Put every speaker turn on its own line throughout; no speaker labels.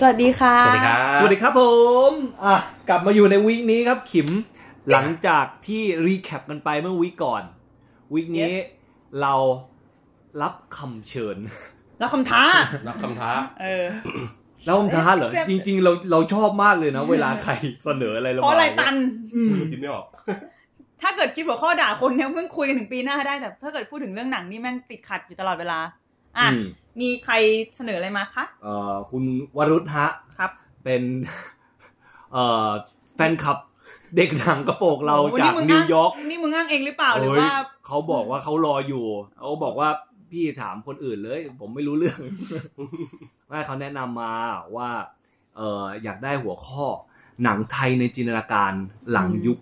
สวัสดีค่ะ
สวัสดีครับ
สวัสดีครับผมอ่ะกลับมาอยู่ในวีคนี้ครับขิมหลังจากที่รีแคปกันไปเมื่อวีคก่อนวีคนี้เรารับคำเชิญ
แล้วคำ ท้า
รับคำท้า
เออ
แล้วคำท้าเหรอ
เอ้ย
จริง ๆ เราเราชอบมากเลยนะ เวลาใครเสนออะไรเรา
เพราะอะไรตัน
คิดไม่ออก
ถ้าเกิดคิดหัวข้อด่าคนเนี่ยเพิ่งคุยกันถึงปีหน้าได้แต่ถ้าเกิดพูดถึงเรื่องหนังนี่แม่งติดขัดอยู่ตลอดเวลา อ่ะ
อืม
มีใครเสนออะไรมาคะ
เอ่อคุณวรุษฮะ
ครับ
เป็น เอ่อแฟนคลับเด็กหนังกระโปรงเรา
โอ้โห
จาก
มึง
นิ
อ้
วยอร์ก
นี่มึงอ้างเองหรือเปล่าหรือ
เฮ้ย
ว่า
เขาบอกว่าเขารออยู่เขาบอกว่าพี่ถามคนอื่นเลย ผมไม่รู้เรื่อง ว่าเขาแนะนำมาว่า เอออยากได้หัวข้อ หนังไทยในจินตนาการหลัง
อืม
ยุค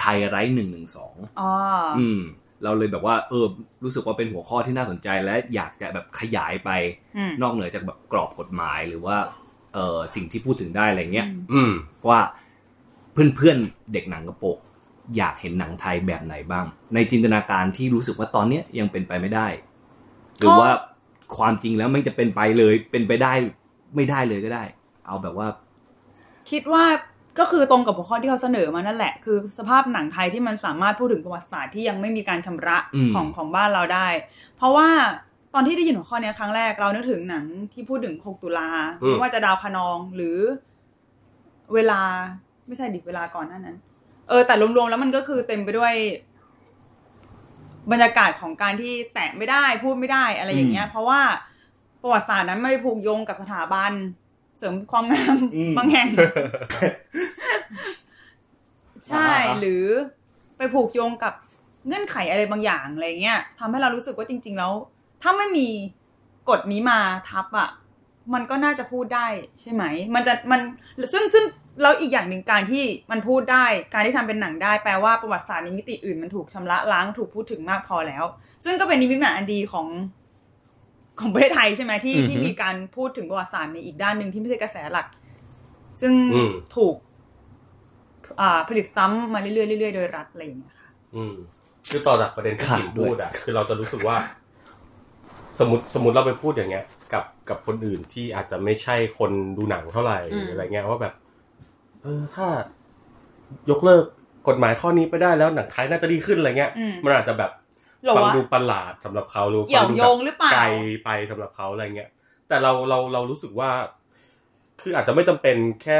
ไทยไร้หนึ่งหนึ่งสอง
อ๋ออ
อืม เราเลยแบบว่า เออ รู้สึกว่าเป็นหัวข้อที่น่าสนใจและอยากจะแบบขยายไป
อืม
นอกเหนือจากแบบกรอบกฎหมายหรือว่า เออสิ่งที่พูดถึงได้อะไรเงี้ย
อืม
อืม
ว่าเพื่อนๆเด็กหนังกระโปรงอยากเห็นหนังไทยแบบไหนบ้าง ในจินตนาการที่รู้สึกว่าตอนเนี้ยยังเป็นไปไม่ได้ หรือว่าความจริงแล้วมันจะเป็นไปเลย เป็นไปได้ไม่ได้เลยก็ได้ เอาแบบว่า
คิดว่าก็คือตรงกับหัวข้อที่เขาเสนอมานั่นแหละ คือสภาพหนังไทยที่มันสามารถพูดถึงประวัติศาสตร์ที่ยังไม่มีการชำระ
อืม
ของของบ้านเราได้ เพราะว่าตอนที่ได้ยินหัวข้อเนี้ยครั้งแรกเรานึกถึงหนังที่พูดถึง 6 ตุลา
อืม
ไม่ว่าจะดาวคะนองหรือเวลาไม่ใช่ดิเวลาก่อนหน้านั้น เออแต่รวมๆแล้วมันก็คือเต็มไปด้วย บรรยากาศของการที่แตะไม่ได้พูดไม่ได้อะไรอย่างเงี้ย เพราะว่าประวัติศาสตร์นั้นไม่ผูกโยงกับสถาบัน เสริมความงาม
อืม
บางแห่ง ใช่
อ่าฮะ
หรือไปผูกโยงกับเงื่อนไขอะไรบางอย่างอะไรเงี้ยทำให้เรารู้สึกว่าจริง ๆ แล้ว ถ้าไม่มีกฎนี้มาทับอ่ะ มันก็น่าจะพูดได้ใช่ไหม มันจะมันซึ่งซึ่งแล้วอีกอย่างหนึ่งการที่มันพูดได้ การที่ทำเป็นหนังได้แปลว่าประวัติศาสตร์ในมิติอื่นมันถูกชำระล้างถูกพูดถึงมากพอแล้ว ซึ่งก็เป็นนิมิตหมายอันดีของของประเทศไทยใช่ไหมที่
อือฮึ
ที่มีการพูดถึงประวัติศาสตร์ในอีกด้านหนึ่งที่ไม่ใช่กระแสหลัก ซึ่ง
อืม
ถูก อ่าผลิตซ้ำมาเรื่อยๆเรื่อยๆโดยรัฐอะไรอย่างเงี้ยค่ะ
อืม คือต่อจากประเด็นที่
ขาด
ขิม
ด้ว
พู
ย
ดอ่ะ คือเราจะรู้สึกว่า สมมติสมมติเราไปพูดอย่างเงี้ย กับกับคนอื่นที่อาจจะไม่ใช่คนดูหนังเท่าไหร่หรืออะไรเงี้ยว่าแบบ เออถ้า ยกเลิกกฎหมายข้อนี้ไปได้แล้วหนังไทยน่าจะดีขึ้นอะไรเงี้ย
อืม
มันอาจจะแบบ
หรอ
ฟัง
วะ
ดูประหลาดสำหรับเขาหรือ
เกี่ยว
ฟัดู
โยงหรือเปล่า
ไกลไปสำหรับเขาอะไรเงี้ย แต่เราเราเรารู้สึกว่า คืออาจจะไม่จำเป็นแค่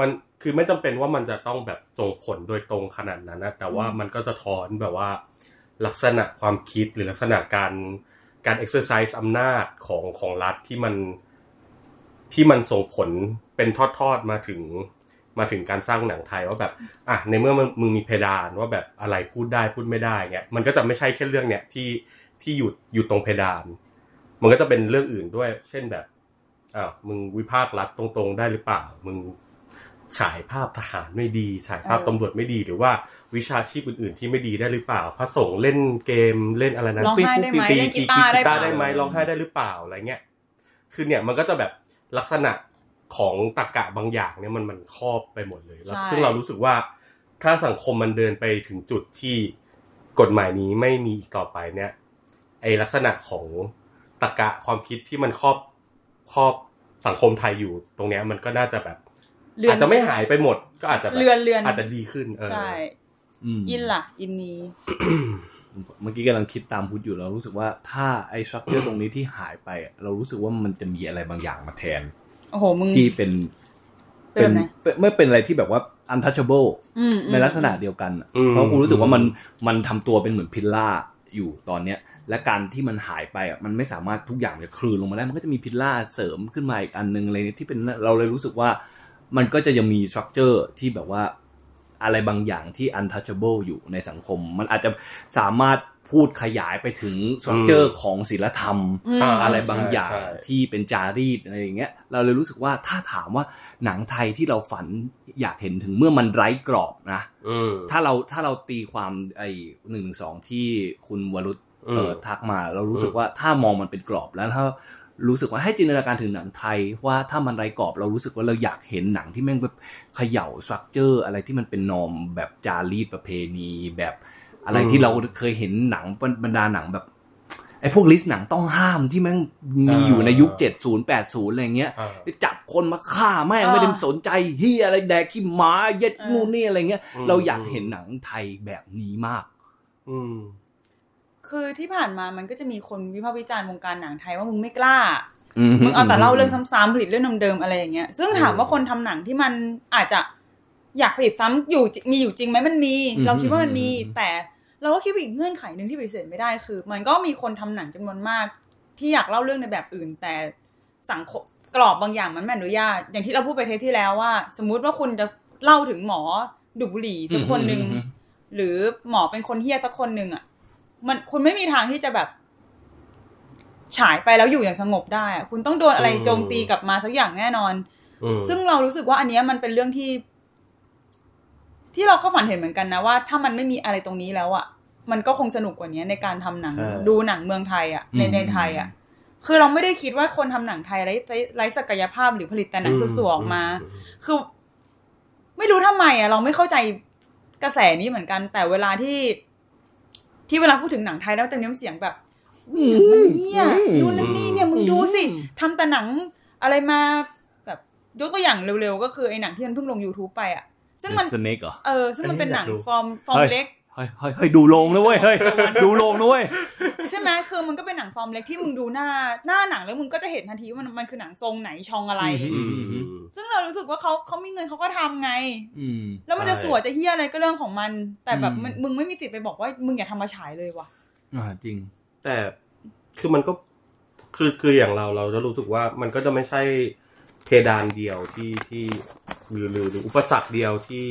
มันคือไม่จำเป็นว่ามันจะต้องแบบส่งผลโดยตรงขนาดนั้นนะแต่ว่ามันก็จะถอนแบบว่า ลักษณะความคิดหรือลักษณะการการ exercise อำนาจของของรัฐที่มันที่มันส่งผลเป็นทอดๆมาถึง มาถึงการสร้างหนังไทยว่าแบบ อ่ะในเมื่อมึงมึงมีเพดานว่าแบบอะไรพูดได้พูดไม่ได้เงี้ยมันก็จะไม่ใช่แค่เรื่องเนี้ยที่ที่อยู่อยู่ตรงเพดาน มันก็จะเป็นเรื่องอื่นด้วย เช่นแบบอ้าวมึงวิพากษ์รัฐตรงๆได้หรือเปล่า มึงฉายภาพทหารไม่ดีฉายภาพ
เออ
ตำรวจไม่ดี หรือว่าวิชาชีพอื่นๆ ที่ไม่ดีได้หรือเปล่า พระสงฆ์เล่นเกมเล่นอะไรนะ
ร้องไห้ได้ไหม
ตี
เล่น
ตี
กีตาร์
กี
ได้เป
ตา
ล่า
ร์ได้ไหมร้องไห้ได้หรือเปล่าอะไรเงี้ย คือเนี่ยมันก็จะแบบลักษณะของตรกกะบางอย่างเนี่ยมันมันครอบไปหมดเลยแล้ว
ใช่
ซึ่งเรารู้สึกว่าถ้าสังคมมันเดินไปถึงจุดที่กฎหมายนี้ไม่มีอีกต่อไปเนี่ย ไอลักษณะของตรกกะความคิดที่มันครอบครอบสังคมไทยอยู่ตรงเนี้ย มันก็น่าจะแบบ
เลือน
อาจจะไม่หายไปหมด ก็อาจจะแบบ
เลือนเลือน
อาจจะดีขึ้นเออ
ใช่
อืม
อินล่ะ อินมี
เมื่อกี้กำลังคิดตามพุทธอยู่เรารู้สึกว่าถ้าไอ้สตรัคเจอร์ตรงนี้ที่หายไปอะเรารู้สึกว่ามันจะมีอะไรบางอย่างมาแทน
โอ้โหมึง
ที่เป็น
เป็นแบบไหน
เป็นไม่เป็นอะไรที่แบบว่า untouchable
อืมอืม
ในลักษณะเดียวกันอะ
อืม
เพราะกูรู้สึกว่ามันมันทำตัวเป็นเหมือนพิลล่าอยู่ตอนเนี้ย และการที่มันหายไปอ่ะมันไม่สามารถทุกอย่างจะคลืนลงมาได้ มันก็จะมีพิลล่าเสริมขึ้นมาอีกอันนึงอะไรเนี่ยที่เป็นเราเลยรู้สึกว่า มันก็จะยังมีสตรัคเจอร์ที่แบบว่าอะไรบางอย่างที่ untouchable อยู่ในสังคม มันอาจจะสามารถพูดขยายไปถึงสตรัคเจอร์ของศิลธรรม
อืม
อะไรบางอย่าง
ใช่ใช่
ที่เป็นจารีตอะไรอย่างเงี้ย เราเลยรู้สึกว่าถ้าถามว่าหนังไทยที่เราฝันอยากเห็นถึงเมื่อมันไร้กรอบนะ
อืม
ถ้าเราถ้าเราตีความไอ้หนึ่งสองที่คุณวรุษ
อืม
เอ่อทักมา เรารู้สึก
อืม
ว่าถ้ามองมันเป็นกรอบแล้วถ้ารู้สึกว่าให้จินตนาการถึงหนังไทย ว่าถ้ามันไร้กรอบ เรารู้สึกว่าเราอยากเห็นหนังที่แม่งแบบเขย่าสตรัคเจอร์ อะไรที่มันเป็นนอมแบบจารีตประเพณีแบบอะไรที่เราเคยเห็นหนังบรรดาหนังแบบ ไอ้พวกลิสต์หนังต้องห้ามที่แม่งมีอยู่ในยุค 70 80 อะไรเงี้ย
อ่า
ไปจับคนมาฆ่าแม่ง
เออ
ไม่ได้สนใจเฮียอะไรแดกขี้หมาเย็ดนู่นนี่อะไรเงี้ย
อืม
เราอยากเห็นหนังไทยแบบนี้มาก
อืม
คือที่ผ่านมามันก็จะมีคนวิพากษ์วิจารณ์วงการหนังไทยว่ามึงไม่กล้า
อื
มึงเอาแต่เล่าเรื่องซ้ำๆผลิตเรื่องเดิมๆอะไรอย่างเงี้ย ซึ่งถามว่าคนทำหนังที่มันอาจจะอยากผลิตซ้ำอยู่จริมีอยู่จริงไหมมันมี เราคิดว่ามันมี แต่เราก็คิดว่าอีกเงื่อนไขหนึ่งที่ปฏิเสธไม่ได้คือ มันก็มีคนทำหนังจำนวนมาก ที่อยากเล่าเรื่องในแบบอื่น แต่สังคมกรอบบางอย่างมันไม่อนุญาต อย่างที่เราพูดไปเทปที่แล้วว่า สมมุติว่าคุณจะเล่าถึงหมอดูดบุหรี่สักคนหนึ่ง หรือหมอเป็นคนเฮี้ยสักคนหนึ่งอ่ะ มันคุณไม่มีทางที่จะแบบ ฉายไปแล้วอยู่อย่างสงบได้อ่ะคุณต้องโดนอะไร
อืม
โจมตีกลับมาสักอย่างแน่นอน
อืม
ซึ่งเรารู้สึกว่าอันเนี้ยมันเป็นเรื่องที่ ที่เราก็ฝันเห็นเหมือนกันนะว่า ถ้ามันไม่มีอะไรตรงนี้แล้วอ่ะมันก็คงสนุกกว่านี้ในการทำหนัง
ใช่
ดูหนังเมืองไทยอ่ะในในไทยอ่ะ คือเราไม่ได้คิดว่าคนทำหนังไทยไร้ไร้ไร้ศักยภาพหรือผลิตแต่หนังสวยๆออกมา คือ ไม่รู้ทำไมอ่ะ เราไม่เข้าใจกระแสนี้เหมือนกัน แต่เวลาที่ที่เวลาพูดถึงหนังไทยแล้วเต็มน้ำเสียงแบบอุ๊ยหนังมันเหี้ยนู่นนั่นนี่เนี่ยมึงดูสิทำแต่หนังอะไรมาแบบยกตัวอย่างเร็วๆ ก็คือไอ้หนังที่มันเพิ่งลง YouTube ไปอ่ะ ซึ่งมัน
สเนกเหรอ
เออซึ่งมันเป็นหนัง
อันนี้อยากดู
ฟอร์มฟอร์ม
เฮ้ย
เล็ก
เฮ้ยเฮ้ยเฮ้ยดูโรงนะเว้ยเฮ้ยดูโรงนะเว้ย
ใช่ไหมคือมันก็เป็นหนังฟอร์มเล็กที่มึงดูหน้าหน้าหนังแล้วมึงก็จะเห็นทันทีว่ามันมันคือหนังทรงไหนชองอะไร
อื
อืม
ซึ่งเรารู้สึกว่าเขาเขามีเงินเขาก็ทำไง
อืม
แล้วมันจะ
ใช่
สวยจะเฮี้ยอะไรก็เรื่องของมัน แต่แบบ
อืม
มันมึงไม่มีสิทธิ์ไปบอกว่ามึงอย่าทำมาฉายเลยว่ะ
อ่าจริง
แต่คือมันก็คือคืออย่างเราเราจะรู้สึกว่ามันก็จะไม่ใช่เพดานเดียวที่ที่หรือหรือหรืออุปสรรคเดียวที่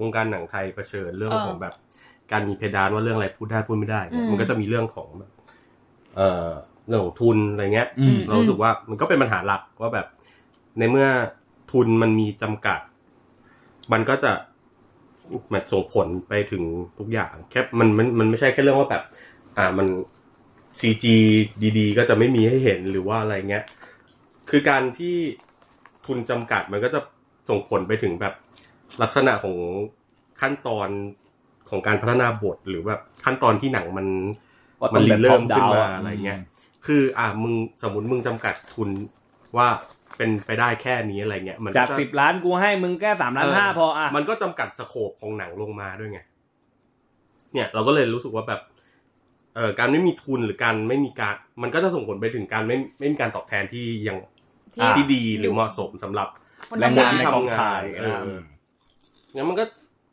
วงการหนังไทยเผชิญเรื่อง
เออ
ของแบบ การมีเพดานว่าเรื่องอะไรพูดได้พูดไม่ได้เนี่ย
อืม
มันก็จะมีเรื่องของแบบเอ่อเรื่องของทุนอะไรเงี้ย
อืม
เรารู้สึกว่ามันก็เป็นปัญหาหลักว่าแบบ ในเมื่อทุนมันมีจำกัด มันก็จะมันส่งผลไปถึงทุกอย่าง แค่มันมันมันไม่ใช่แค่เรื่องว่าแบบ อ่ามันซีจีดี ๆ ก็จะไม่มีให้เห็นหรือว่าอะไรเงี้ย คือการที่ทุนจำกัดมันก็จะส่งผลไปถึงแบบลักษณะของขั้นตอนของการพัฒนาบทหรือแบบขั้นตอนที่หนังมัน
ก็
มั
ต้อนง
รี
แบบ
เริ่ม
top
ขึ้น
down
มาอะไรเงี้ย คืออ่ะมึงสมมติมึงจำกัดทุนว่าเป็นไปได้แค่นี้อะไรเงี้ย มัน
จาก
จะ
สิบล้านกูให้มึงแค่สามล้านห้าพออ่ะ
มันก็จำกัดสโคปของหนังลงมาด้วยไง เนี่ยเราก็เลยรู้สึกว่าแบบเอ่อการไม่มีทุนหรือการไม่มีการ มันก็จะส่งผลไปถึงการไม่ไม่มีการตอบแทนที่ยัง
ที่
อ่ะ
ที่ดีหรือเหมาะสมสำหรับ
คน
แร
ทำงาง
งาน นในกองถ่าย
เออ
นะม
งั้นมันก็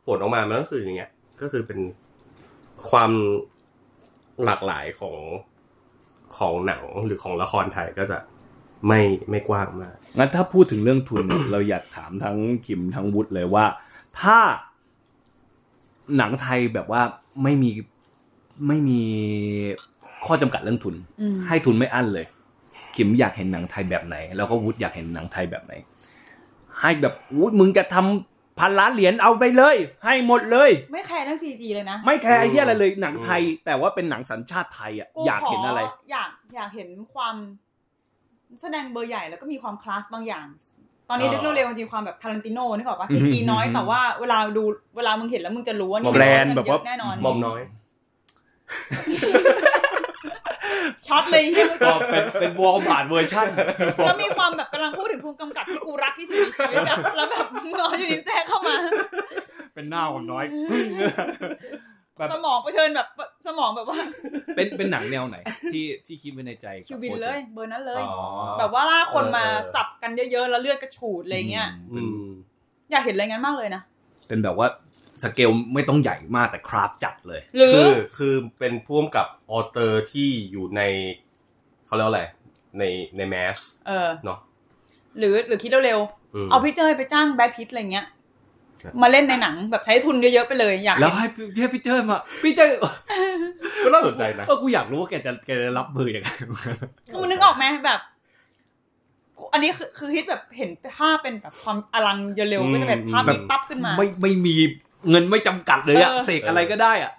ผลออกมา มันก็คืออย่างเงี้ย ก็คือเป็นความหลากหลายของของหนังหรือของละครไทยก็จะไม่ไม่กว้างมาก
งั้นถ้าพูดถึงเรื่องทุน เนี่ย เราอยากถามทั้งคิมทั้งวุฒิเลยว่า ถ้า หนังไทยแบบว่าไม่มีไม่มีข้อจำกัดเรื่องทุน
อืม
ให้ทุนไม่อั้นเลย คิมอยากเห็นหนังไทยแบบไหน แล้วก็วุฒิอยากเห็นหนังไทยแบบไหน ให้แบบวุฒิมึงจะทำพันล้านเหรียญเอาไปเลย ให้หมดเลย
ไม่แคร์เรื่องซีจีเลยนะ
ไม่แคร์ไอ้เหี้ยอะไรเลย
อืม
หนังไทย แต่ว่าเป็นหนังสัญชาติไทยอ่ะ
กู
อยากเห็นอะไร
ขอยากอยากเห็นความ แสดงเบอร์ใหญ่แล้วก็มีความคลาสบางอย่าง ตอนนี้
อ่า
นึกเร็วๆมันจะมีความแบบทารันติโน่นึกออกปะ
อืม
ซีจีน้อย
อืม
แต่ว่าเวลาดูเวลามึงเห็นแล้วมึงจะรู้ว่านี่
แบรนด์
มั
แบบว่า
เยอะแน่นอน
มอมน้อย
ช็อตเลยที่มึง
ก็เป็นเป็นวอลผ่านเวอร์ชั่น
แล้วมีความแบบกำลังพูดถึงภูมิกำกับที่กูรักที่สุดในชีวิตอะแล้วแบบมึงเอาอยู่ดีแทรกเข้ามา
เป็นหน้าของน้อย แบบ
สมองเผชิญแบบสมองแบบว่า
เป็นเป็นหนังแนวไหน ที่ที่คิดไว้ในใจ
คิวบินเลย เบอร์นั้นเลย
อ๋อ
แบบว่าล่ากคนมา
เออเออ
สับกันเยอะๆ แล้วเลือดกระฉูดอะไรเงี้ย
อื
อื
ม
ม
อยากเห็นอะไรงั้นมากเลยนะ
เป็นแบบว่าสเกลไม่ต้องใหญ่มากแต่คราฟจัดเลย
หรือ
คือคือเป็นพ่วงกับออเตอร์ที่อยู่ในเขาเรียกว่าอะไร ในในแมส
เออ
เนาะ
หรือหรือคิดเร็ว
ม
ๆ เอาพี่เจยไปจ้างแบทพิทอะไรเงี้ย
ครับ
มาเล่นในหนังแบบใช้ทุนเยอะๆไปเลย อยาก
แล้
เห็
วนให้พี่ให้พี่เจอมาพี่เจอ
ก็น่าสนใจนะ
เออกูอยากรู้ว่าแกจะแกจะรับมือยังไง
คือมึงนึกออกไหมแบบ อันนี้คือคือฮิตแบบเห็นภาพเป็นแบบความอลังเร็วๆก็จะเป็นภาพ
แบบ
นี้ปั๊บขึ้นมา
ไม่ไม่มีเงินไม่จำกัดเลยอะ
เออ
เสกอะไรก็ได้อะ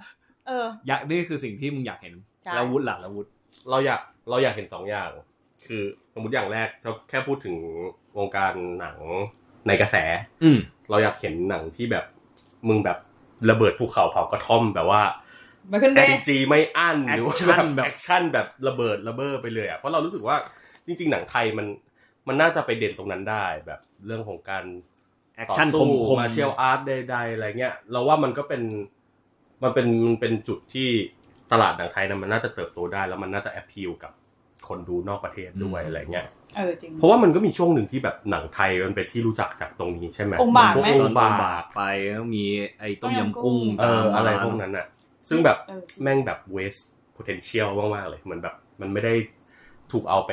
เออ
อยากนี่คือสิ่งที่มึงอยากเห็น
ใช่
แล้ววุฒิล่ะแล้ววุฒิ
เราอยากเราอยากเห็นสองอย่าง คือสมมติอย่างแรกเราแค่พูดถึงวงการหนังในกระแส
อืม
เราอยากเห็นหนังที่แบบมึงแบบระเบิดภูเขาเผากระท่อมแบบว่า
ไมเคิล
แอ
เบ
น
ย์
จีไม่อั้นหรือว่าแบ
Action
บ
แบบ
แอคชั่นแบบระเบิดระเบ้อไปเลยอ่ะเพราะเรารู้สึกว่าจริง ๆ หนังไทยมันมันน่าจะไปเด่นตรงนั้นได้ แบบเรื่องของการ
แอค
ต่อ
ชั่นค
สู้
มคม
มาเชียลอาร์ตใดๆอะไรเงี้ย เราว่ามันก็เป็นมันเป็นมันเป็นจุดที่ตลาดหนังไทยนะมันน่าจะเติบโตได้ แล้วมันน่าจะแอพพิวกับคนดูนอกประเทศด้วยอะไรเงี้ย
เออจริง
เพราะว่ามันก็มีช่วงหนึ่งที่แบบหนังไทยมันเป็นที่รู้จักจากตรงนี้ใช่ไหม
องค์บาก
พวก
ไหม
อ
ต
ง
อน
ค์
บา
บาก
บาปไปแล้วมีไอ้ต้มยำกุ้ง
เอออะไรพวกนั้นอ่ะ ซึ่งแบบ
เออ
แม่งแบบ waste potential มากๆเลยเหมือนแบบมันไม่ได้ถูกเอาไป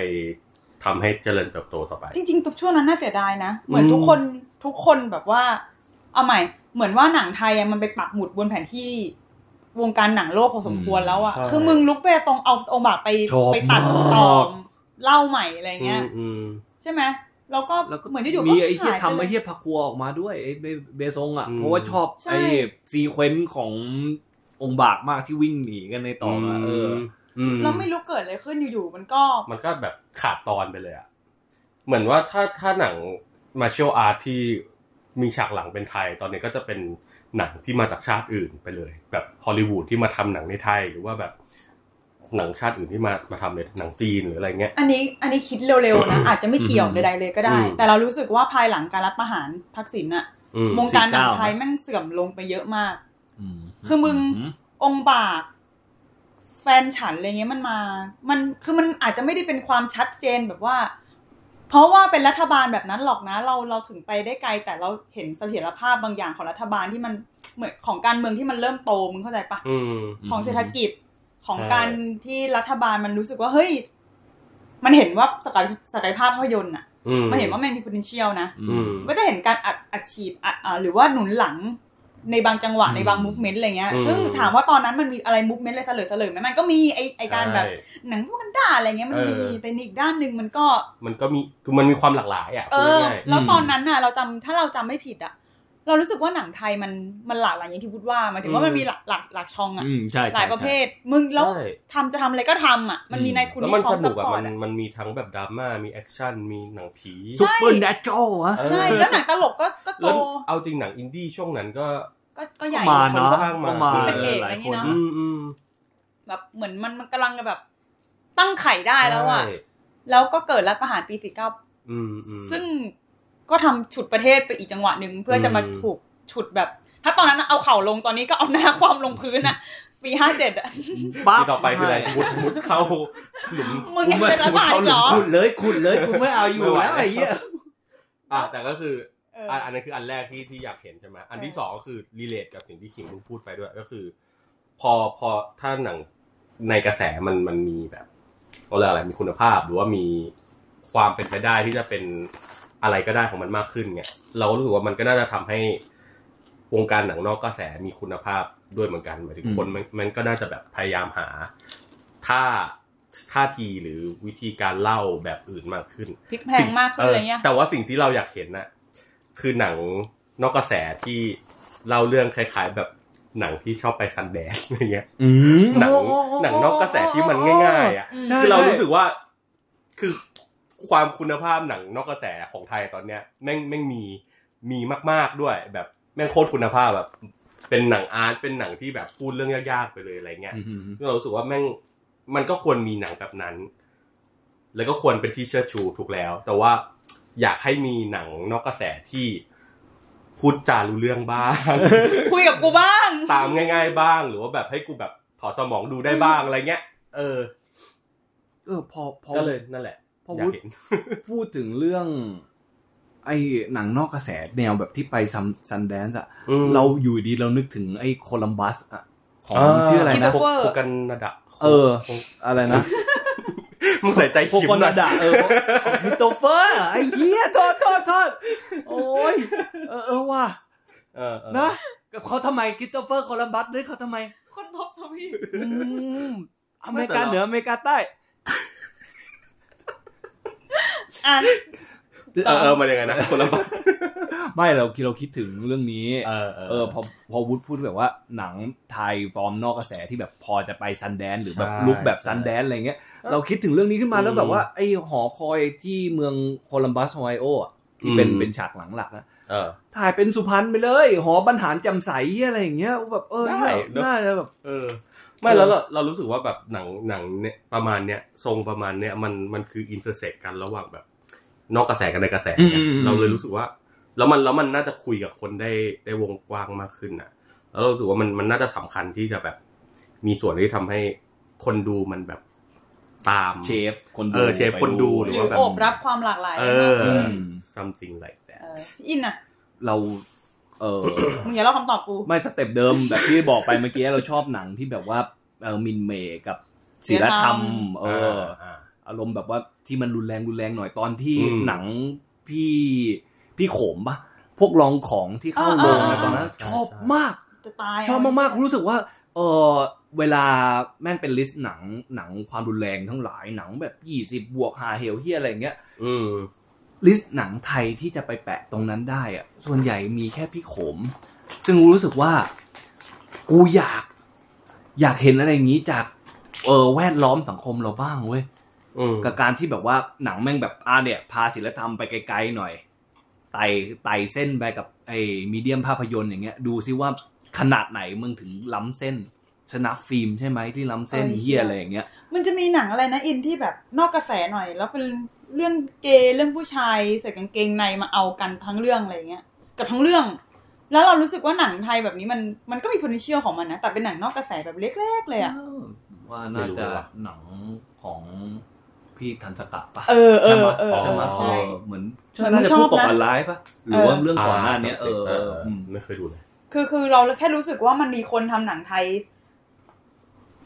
ทำให้เจริญเติบโตต่อไป
จริงๆ ทุกช่วงนั้นน่าเสียดายนะ เหมือน
อืม
ทุกคนทุกคนแบบว่า เอาใหม่ เหมือนว่าหนังไทยอะมันไปปักหมุดบนแผนที่ วงการหนังโลกพอสมควรแล้วอะ
ใช่
คือมึงลุกไปตรงเอาองค์บากไป
ชอบ
ไปตัด
มาก
ตอมเล่าใหม่อะไรเงี้ย
อืม
ใช่ไหมแล้วก็
แล้วก็
เหมือนอยู่ๆ
มี
ก็
ไอ้เฮีย
หาย
ทำ
ไป
ไอ้
เลย
เฮียพักกัวออกมาด้วยไอ้เบเบซงอ่ะ
อืม
เพราะว่าชอบ
ใช่
ไอ้ซีเควนซ์ขององค์บากมากที่วิ่งหนีกันในตอนอะเออ
อืม
แล้วไม่รู้เกิดอะไรขึ้นอยู่ๆมันก็
มันก็แบบขาดตอนไปเลยอ่ะ เหมือนว่าถ้าถ้าหนัง martial art ที่มีฉากหลังเป็นไทย ตอนนี้ก็จะเป็นหนังที่มาจากชาติอื่นไปเลย แบบฮอลลีวูดที่มาทำหนังในไทย หรือว่าแบบหนังชาติอื่นที่มามาทำในหนังจีนหรืออะไรเงี้ย
อันนี้อันนี้คิดเร็วๆนะ อาจจะไม่เกี่ยวใดๆเลยก็ได้
อืม
แต่เรารู้สึกว่าภายหลังการรัฐประหารทักษิณอะ
อืม
วงการหนังไทยแม่งเสื่อมลงไปเยอะมาก
อืม
คือมึง
ม
องค์บากแฟนฉันอะไรเงี้ยมันมา มันคือมันอาจจะไม่ได้เป็นความชัดเจนแบบว่า เพราะว่าเป็นรัฐบาลแบบนั้นหรอกนะ เราเราถึงไปได้ไกล แต่เราเห็นเสถียรภาพบางอย่างของรัฐบาลที่มันเหมือนของการเมืองที่มันเริ่มโตมึงเข้าใจปะ
อืม
ของเศรษฐกิจของ
ใช่
การที่รัฐบาลมันรู้สึกว่าเฮ้ย มันเห็นว่าศักยศักยภาพภาพยนตร์อะ
อืม
มันเห็นว่ามันมี potential นะ
อืม
ก็จะเห็นการอัดอัดฉีดอัดอ่าหรือว่าหนุนหลังในบางจังหวะ
อืม
ในบาง movement อะไรเงี้ย
อืม
ซึ่งถามว่าตอนนั้นมันมีอะไร movement อะไรเสลอเสลอไหมมันก็มีไอไอการแบบ
ใช่
หนังพวกกันด่าอะไรเงี้ยมันมี
เออ
แต่ในอีกด้านหนึ่งมันก็
มันก็มีคือมันมีความหลากหลายอ่ะ
เอ
พูด
อ
ง่าย
แล้วตอนนั้นน่ะ เราจำถ้าเราจำไม่ผิดอะเรารู้สึกว่าหนังไทยมันมันหลากหลายอย่างที่พูดว่าหมายถึงว่ามันมีหลากหลากหลากช่องอะ
อืมใช่ใช่
หลายประเภทมึง
ๆ
แล้ว
ใช่
ทำจะทำอะไรก็ทำอ่ะ มันมีนายทุน
แล้ว
ที่
มัน
พร้
ส
อมซั
นุ
พ
ก
พ
อ่ะ
อร์
มั
ต
น
อะ
มันมีทั้งแบบดราม่ามีแอคชั่นมีหนังผี
ใช่
ซุปเปอร์แดชโจ้อะ
เออ
ใช่ แล้วหนังตลกก็ก็โต
แล้วเอาจริงหนังอินดี้ช่วงนั้นก็
ก็ก็ใหญ่
ก็มาเนอะ
ค่อนข้างมา
ก็มา
ที่เป็นเอกอะไรอย่างงี้เนอะ
อืมอืม
แบบเหมือนมันมันกำลังแบบ ตั้งไข่ได้แล้วอ่ะ
ใช่
แล้วก็เกิดรัฐประหารปีสี่เก้า
อืมอืม
ซึ่งก็ทำฉุดประเทศไปอีกจังหวะหนึ่งเพื่อจะมา
อืม
ถูกฉุดแบบ ถ้าตอนนั้นเอาเข่าลงตอนนี้ก็เอาหน้าความลงพื้นอ่ะ ปีห้าเจ็ดอ่ะ
า
ที่ต่อไปคืออะไรมุดมุดเข้า หลุม
มึงยังเป็นรัฐประหารอีกเหรอ
ขุดเลยขุดเลยกูไม่เอาอยู่
ไม่ไหว
แล้วไอ้เหี้ย
อ่ะแต่ก็คือ
เออ
อ่ะอันนั้นคืออันแรกที่ที่อยากเห็นใช่ไหมอันที่
เออ
สองก็คือรีเลทกับสิ่งที่ขิงมึงพูดไปด้วยก็คือ พอพอถ้าหนังในกระแสมันมันมีแบบเขาเรียกอะไรมีคุณภาพหรือว่ามีความเป็นไปได้ที่จะเป็นอะไรก็ได้ของมันมากขึ้นเนี่ยเราก็รู้สึกว่ามันก็น่าจะทำให้วงการหนังนอกกระแสมีคุณภาพด้วยเหมือนกันหมายถึง
อืม
คนมันมันก็น่าจะแบบพยายามหาท่าท่าทีหรือวิธีการเล่าแบบอื่นมากขึ้น
พลิกแพลงมากขึ้นอะไรเงี้ย
แต่ว่าสิ่งที่เราอยากเห็นน่ะคือหนังนอกกระแสที่เล่าเรื่องคล้ายๆ แบบหนังที่ชอบไปซันแดนอะไรเงี้ย
อืม
หนังหนังนอกกระแสที่มันง่ายๆอ่ะ
อืม
คือเรารู้สึกว่าคือความคุณภาพหนังนอกกระแสของไทยตอนเนี้ยแม่งแม่งมีมีมาก ๆด้วย แบบแม่งโคตรคุณภาพแบบเป็นหนังอาร์ตเป็นหนังที่แบบพูดเรื่องยากๆไปเลยอะไรเงี้ย
อืมอืม
ซึ่งเรารู้สึกว่าแม่งมันก็ควรมีหนังแบบนั้น แล้วก็ควรเป็นที่เชิดชูถูกแล้ว แต่ว่าอยากให้มีหนังนอกกระแสที่พูดจารู้เรื่องบ้าง
คุยกับกูบ้าง
ตามง่าย ๆ บ้าง หรือว่าแบบให้กูแบบถอดสมองดูได้บ้างอะไรเงี้ย เออ
เออพอพอ
ก็เลยนั่นแหละ
พอ
อ
วุ
ยาก
ฒิ
เห็น
พูดถึงเรื่อง ไอ้หนังนอกกระแสแนวแบบที่ไปซัมซันแดนซ์อะ
อืม
เราอยู่ดีเรานึกถึงไอ้โคลัมบัสอะของ
อ่า
ชื่ออะไรนะ
โค
โคกันนาดะ
เออ อะไรนะ
มึงใส่ใจ
โค
ขิม
กัน
หน่อ
นา
ย
ดะเออคริสโตเฟอร์ไอ้เหี้ยโทษโทษโทษโอ้ยเออเออว่ะ
เออเออ
นะเขาทำไมคริสโตเฟอร์โคลัมบัสเนี่ยเขาทำไม
คนพบทวีป
อืมอเมริกาเหนืออเมริกาใต้
อ่ะ
เออเออมันยังไงนะคนละบ้าน
ไม่เราคิดเราคิดถึงเรื่องนี้
เออ
เออพอพอวุฒิพูดแบบว่าหนังไทยฟอร์มนอกกระแสที่แบบพอจะไปซันแดนหรือแบบลุกแบบซันแดนอะไรเงี้ยเราคิดถึงเรื่องนี้ขึ้นมาแล้วแบบว่าไอ้หอคอยที่เมืองโคลัมบัสไฮโออ่ะที่เป็นเป็นฉากหลังหลักอะ
เออ
ถ่ายเป็นสุพรรณไปเลย หอบรรหารจำใสอะไรอย่างเงี้ยแบบเออ
ได้
น่าจะแบบ
เออ ไม่แล้วเราเรารู้สึกว่าแบบหนังหนังเนี่ยประมาณเนี้ยทรงประมาณเนี้ยมันมันคืออินเตอร์เซ็กกันระหว่างแบบ นอกกระแสกับในกระแส
อืม
ไง
อืมอืม
เราเลยรู้สึกว่า แล้วมันแล้วมันน่าจะคุยกับคนได้ได้วงกว้างมากขึ้นอ่ะ แล้วเรารู้สึกว่ามันมันน่าจะสำคัญที่จะแบบ มีส่วนที่ทำให้คนดูมันแบบตาม
เชฟคนดู
เออเชฟ
ไป
คนดู
ห
หรื
รือ
หรื
ว่า
อ
แบ
แ
บ
โอบรับความหลากหลาย
เอ
มาก
อ
ขึ้น
ม
something like that
เอออินอ่ะ
เราเออ
มึงอย่าเล่าคำตอบกู
ไม่สเต็ปเดิมแบบที่บอกไปเมื่อกี้เราชอบหนังที่แบบว่าเออมินเมย์กับศีลธรรม
ศีลธรรม
เออ
า
อารมณ์แบบว่าที่มันรุนแรงรุนแรงหน่อยตอนที่
อืม
หนังพี่พี่โขมปะพวกลองของที่เข้าโรงในตอนนั้น
อ่าๆ
ชอบมาก
จะตาย
ชอบมากๆ รู้สึกว่า เออเวลาแม่งเป็นลิสต์หนังหนังความรุนแรงทั้งหลายหนังแบบยี่สิบบวกหาเหวเฮียอะไรอย่างเงี้ย
อืม
ลิสต์หนังไทยที่จะไปแปะตรงนั้นได้อะส่วนใหญ่มีแค่พี่โขม ซึ่งรู้สึกว่า กูอยาก อยากเห็นอะไรอย่างนี้จากเออแวดล้อมสังคมเราบ้างเว้ย
อืม
กับการที่แบบว่าหนังแม่งแบบอ่าเนี่ย พาศิลธรรมไปไกลๆหน่อยไต่ไต่เส้นไปกับไอ้มีเดียมภาพยนตร์อย่างเงี้ย ดูซิว่าขนาดไหนมึงถึงล้ำเส้น ชนะฟิล์มใช่ไหมที่ล้ำเส้นเฮียอะไรอย่างเงี้ย
มันจะมีหนังอะไรนะอินที่แบบนอกกระแสหน่อย แล้วเป็นเรื่องเกย์เรื่องผู้ชายใส่กางเกงในมาเอากันทั้งเรื่องอะไรเงี้ยกับทั้งเรื่อง แล้วเรารู้สึกว่าหนังไทยแบบนี้มันมันก็มี potential ของมันนะแต่เป็นหนังนอกกระแสแบบเล็กๆเลยอะ
ว่าน่า
ไม่รู้
จะ
ว่ะ
หนังของพี่ทันสกะปะ
เออเออเออ
ใช่ไหม
ใช่
เหมือน
เหมือนมันชอบนะ
ปกออนไลน์ปะหรือว่าเรื่องก่อนหน้าเนี้ยเออ
เออ
อืม
ไม่เคยดูเลย
คือคือเราแค่รู้สึกว่ามันมีคนทำหนังไทย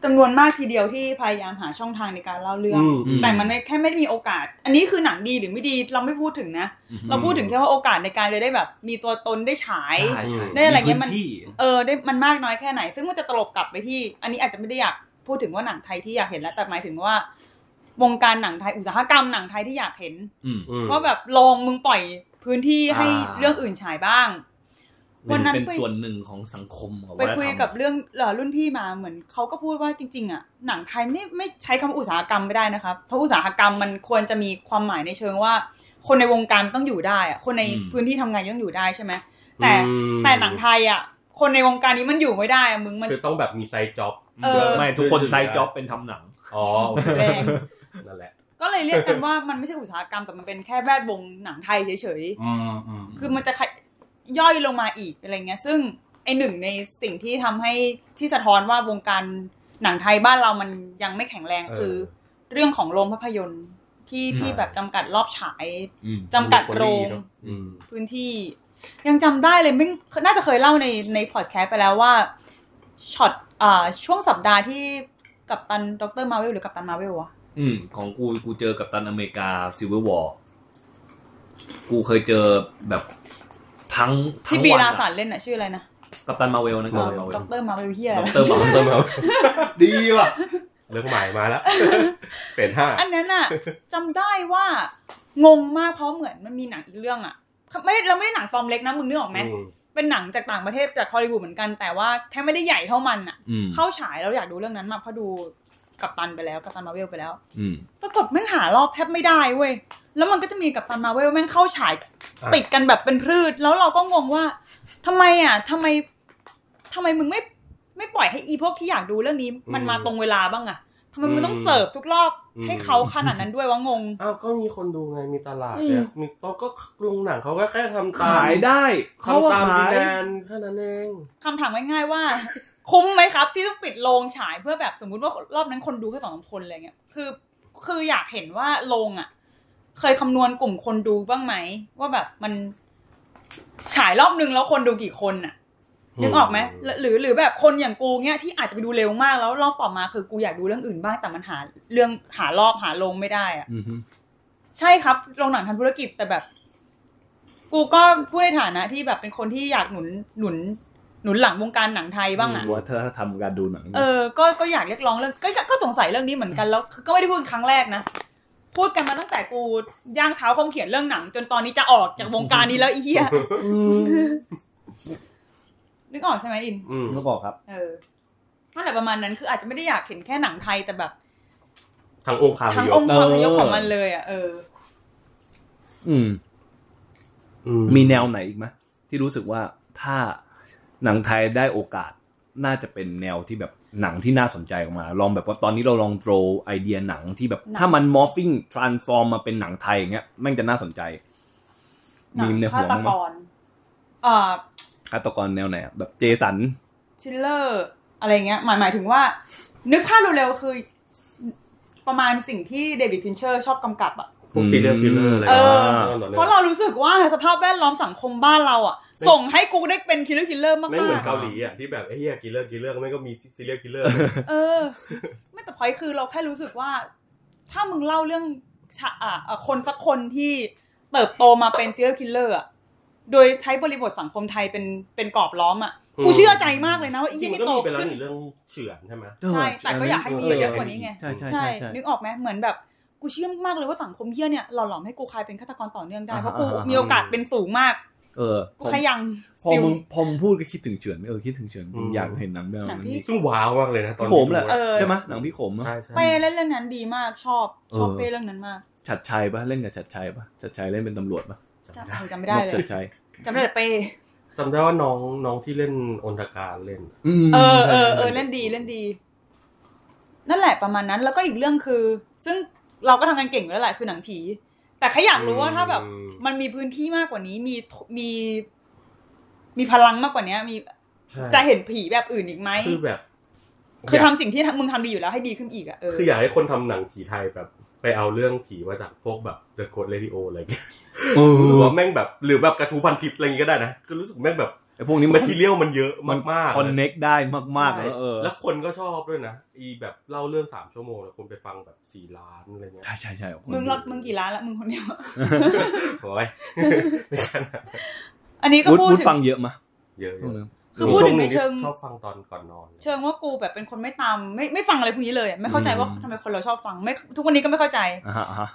จำนวนมากทีเดียวที่พยายามหาช่องทางในการเล่าเรื่อง
อืมอืม
แต่มันไม่แค่ไม่ได้มีโอกาส อันนี้คือหนังดีหรือไม่ดีเราไม่พูดถึงนะ เราพูดถึงแค่ว่าโอกาสในการจะได้แบบ มีตัวตนได้ฉาย
ใช่ใช่
ได้อะไรเงี้ยมัน
พื้ที่
เออได้มันมากน้อยแค่ไหน ซึ่งมันจะตลบกลับไปที่ อันนี้อาจจะไม่ได้อยากพูดถึงว่าหนังไทยที่อยากเห็นแล้ว แต่หมายถึงว่า วงการหนังไทยอุตสาหกรรมหนังไทยที่อยากเห็น
อืม
อืม
ว่าแบบลองมึงปล่อยพื้นที่ให้
อ่า
เรื่องอื่นฉายบ้าง วันนั้น
เป็น
ไป
ส่วนหนึ่งของสังคมของ
ไปคุย
วัฒนธรรม
กับเรื่องเอ่อรุ่นพี่มาเหมือนเขาก็พูดว่าจริง ๆ อ่ะ หนังไทยไม่ไม่ใช้คำว่าอุตสาหกรรมไม่ได้นะคะเพราะอุตสาหกรรมมันควรจะมีความหมายในเชิงว่า คนในวงการต้องอยู่ได้อะคนในพื้นที่ทำงานต้องอยู่ได้ใช่ไหมแต่
อืม
แต่หนังไทยอ่ะ คนในวงการนี้มันอยู่ไม่ได้อะมึงมัน
คือต้องแบบมีไซต์จ็อบ
เออ
ไม่ทุกคนไซด์จ็อบเป็นทำหนัง
อ๋อโอเค
แรง
นั่นแหละ
ก็เลยเรียกกันว่ามันไม่ใช่อุตสาหกรรมแต่มันเป็นแค่แวดวงหนังไทยเฉย
อืมอืม
ๆ คือมันจะขยย่อยลงมาอีกอะไรเงี้ย ซึ่งไอหนึ่งในสิ่งที่ทำให้ที่สะท้อนว่าวงการหนังไทยบ้านเรามันยังไม่แข็งแรง
เออ
คือ เรื่องของโรงภาพยนตร์ที่
ใช่
ที่แบบจำกัดรอบฉาย
อืม
จำกัดโรง
อืม
พื้นที่ ยังจำได้เลยไม่งน่าจะเคยเล่าในในพอดแคสต์ไปแล้วว่าช็อตอ่าช่วงสัปดาห์ที่กัปตันดรมาเวลหรือกัปตันมาเวลวะ
อืมของกูกูเจอกับตันอเมริกาซิวเวอร์วอร์กูเคยเจอแบบทั้งทั้
ที่
ง
ปี
วัน
รา
อะ
สันเล่นน่ะชื่ออะไรนะ
กับตันมาเวลนะ
ด
กับตันมาเวล
รมาเวลเฮีย
ด็อ
อะ
ก
ไร
เตอร์มา
เริ่มแล้ว
ดีว่ะ
เรื่องใหม่มา แล้วเฟสห้า
อันนั้นน่ะจำได้ว่างงมากเพราะเหมือนมันมีหนังอีกเรื่องอ่ะไม่เราไม่ได้หนังฟอร์มเล็กนะมึงนึกออกไหม
อืม
เป็นหนังจากต่างประเทศจากคอลลีวูดเหมือนกันแต่ว่าแค่ไม่ได้ใหญ่เท่ามันอ่ะ
อืม
เข้าฉายเราอยากดูเรื่องนั้นมากเพราะดูกัปตันไปแล้วกัปตันมาเวลไปแล้ว
อืม
ปรากฏแม่งหารอบแทบไม่ได้เว้ย แล้วมันก็จะมีกับตันมาเวลแม่งเข้าฉาย
ะ
ติดกันแบบเป็นพืช แล้วเราก็งงว่าทำไมอ่ะทำไมทำไมมึงไม่ไม่ปล่อยให้อีพวกที่อยากดูเรื่องนี้ มันมาตรงเวลาบ้างอ่ะทำไมมึงต้องเสิร์ฟทุกรอบให้เขาขนาดนั้นด้วยวะงง
อ้าวก็มีคนดูไงมีตลาด
อืม
เนี่ยมีโต๊ะก็ลงหนังเขาก็แค่ทำตาม
ขายได้เขา
ทำ
ว่า
ตามดี
ขาย
แนนแค่นั้นเอง
คำถามง่ายๆว่า คุ้มไหมครับ ที่ต้องปิดโรงฉายเพื่อแบบสมมุติว่ารอบนั้นคนดูแค่สองสามคนอะไรเงี้ยคือคืออยากเห็นว่าโรงอ่ะ เคยคำนวณกลุ่มคนดูบ้างไหม ว่าแบบมันฉายรอบนึงแล้วคนดูกี่คนอ่ะ นึกออกไหมหรือหรือหรือแบบคนอย่างกูเนี้ยที่อาจจะไปดูเร็วมากแล้วรอบต่อมาคือกูอยากดูเรื่องอื่นบ้างแต่มันหาเรื่องหารอบหาลงไม่ได้อะ
อืมฮึ
ใช่ครับโรงหนังทำธุรกิจแต่แบบ กูก็พูดในฐานะที่แบบเป็นคนที่อยากหนุนหนุน หนุนหลังวงการหนังไทยบ้างอะ
วัฒนธรรมการดูหนัง
เออก็ก็อยากเรียกร้องเรื่องก็ก็ก็สงสัยเรื่องนี้เหมือนกันแล้วก็ไม่ได้พูดครั้งแรกนะพูดกันมาตั้งแต่กูย่างเท้าคงเขียนเรื่องหนัง จนตอนนี้จะออกจากวงการนี้แล้วไอีเหี้ยนึกออกใช่ไหมอิน
อืม
นึกออกครับ
เออนั่นแหละประมาณนั้นคืออาจจะไม่ได้อยากเห็นแค่หนังไทยแต่แบบ
ทางองค์คาพ
ทั้ง
ย
อ
พ
งค์ความพยพ
เออ
ของมันเลยอ่ะเออ
อืม
อื
มีแนวไหนอีกไหมที่รู้สึกว่าถ้าหนังไทยได้โอกาส น่าจะเป็นแนวที่แบบหนังที่น่าสนใจออกมา ลองแบบว่าตอนนี้เราลองโตรไอเดียหนังที่แบบ
หนัง
ถ้ามันมอฟฟิ้งทรานส์ฟอร์มมาเป็นหนังไทยอย่างเงี้ยแม่งจะน่าสนใจ
หนั
มี
ง
ในหั
ฆาว ต
มั้าง
ก
มั้ย
รเอ่อ
ฆาตกรแนวไหนอะแบบเจสัน
ชิลเลอร์อะไรเงี้ยหมายหมายถึงว่า นึกภาพเร็วๆคือ ประมาณสิ่งที่เดวิดพินเชอร์ชอบกำกับอะ
พวกซีเรียลคิลเลอร์อะไร
เอ
เงี้ย
อ
ตอนนั้น
เพราะเรารู้สึกว่าสภาพแวดล้อมสังคมบ้านเราอะส่งให้กูได้เป็นคิลเลอร์คิลเลอร์มา
ไม่เหมือก นเกาหลีอ่ะที่แบบไอ้เหี้ยกิลเลอร์กิลเลอร์ไม่งก็มีซีเรียลคิลเลอร์
ๆเออ ไม่แต่พอยคือเราแค่รู้สึกว่า ถ้ามึงเล่าเรื่องชะอ่ะอ่ะคนสักคนที่เติบโตมาเป็นซีเรียลคิลเลอร์อะโดยใช้บริบทสังคมไทยเป็นเป็นกรอบล้อมอะ
อืม
กูเชื่อใจมากเลยนะว่าไอี
จริ
นี่
งๆมันก็
โต
มีไปแล้ว
ขึ้น
นี่เรื่องเฉือนใช่ไหม
ใช่แต่ก็อยากให้มีเยอะกว่านี้ไง
ใช่ใช่
ใช่
ใช่ใช่
นึกออกไหมเหมือนแบบ กูเชื่อมากเลยว่าสังคมเฮี้ยเนี่ยหล่อหลอมให้กูคลายเป็นฆาตกรต่อเนื่องได้
อ่าฮะ
เพราะกู
อ่าฮะ
มีโอกาสเป็นสูงมาก
เออ
กูขยัง
พอ
ติว
มึงพอมึงพูดก็คิดถึงเฉือนเออคิดถึงเฉือน
อืม
อยากเห็นหนังเรื่อง
หนังพี่
นี้
ซึ่งว้าวมากเลยนะตอน
พี่
นี้
โขมแหละ
เออ
ใช่ไหมหนังพี่โขมอะ
ใช่ใช่
เป้เล่นเรื่องนั้นดีมากชอบชอบ
เออ
เป้เรื่องนั้นมาก
ชัดชัยปะเล่นกับชัดชัยปะชัดชัยเล่นเป็นตำรวจปะ
จำจำไม่ได้เล
ชั
ย
ดชัย
จำได้แต่เป้
จำได้ว่าน้องน้องที่เล่นอนตการเล่น
อืม
เออเออเอ
ใช่
อเล่นดีเล่นดี นั่นแหละประมาณนั้นแล้วก็อีกเรื่องคือ ซึ่งเราก็ทำกันเก่งอยู่แล้วแหละคือหนังผี แต่แค่อยากรู้ว่าถ้าแบบ
อืม
มันมีพื้นที่มากกว่านี้มีมี มีพลังมากกว่านี้มี
ใช่
จะเห็นผีแบบอื่นอีกไหม
คือแบบ
คื
อ
อ
ยาก
ทำสิ่งที่มึงทำดีอยู่แล้วให้ดีขึ้นอีกอ่ะเออ
คืออยากให้คนทำหนังผีไทยแบบไปเอาเรื่องผีมาจากพวกแบบ The Code Radio อะไรเงี้ย
เอ
หรือ
อ
ว่าแม่งแบบหรือแบบกระทูพันทิปอะไรอย่างงี้ก็ได้นะ คือรู้สึกแม่งแบบ
ไอพวกนี้
มา
มัน
ทีเรียลมันเยอะมากมาก
คอนเน็กได้มากๆ
แ
แล้วเออ
แล้วคนก็ชอบด้วยนะ อีแบบเล่าเรื่องสามชั่วโมงแล้วคนไปฟังแบบสี่ล้านอะไรเงี้ย
ใช่ใช่ใช่ขอคน
มึงรักมึงกี่ล้านละมึงคนเดียว
โอ้ย ไม่ขนาดนั้น
อันนี้ก็
วุฒิ
พูด
วุฒิ
ถึ
ฟั
ง
งเยอะมะ
เยอะ
พวกนั้น
คือพูดถึงในเชิง
ชอบฟังตอนก่อนนอน
เชิงว่ากูแบบเป็นคนไม่ตามไม่ไม่ฟังอะไรพวกนี้เลยอะไม่เข้าใจว่าทำไมคนเราชอบฟังไม่ทุกวันนี้ก็ไม่เข้าใจ
อ่าฮะอ่าฮะ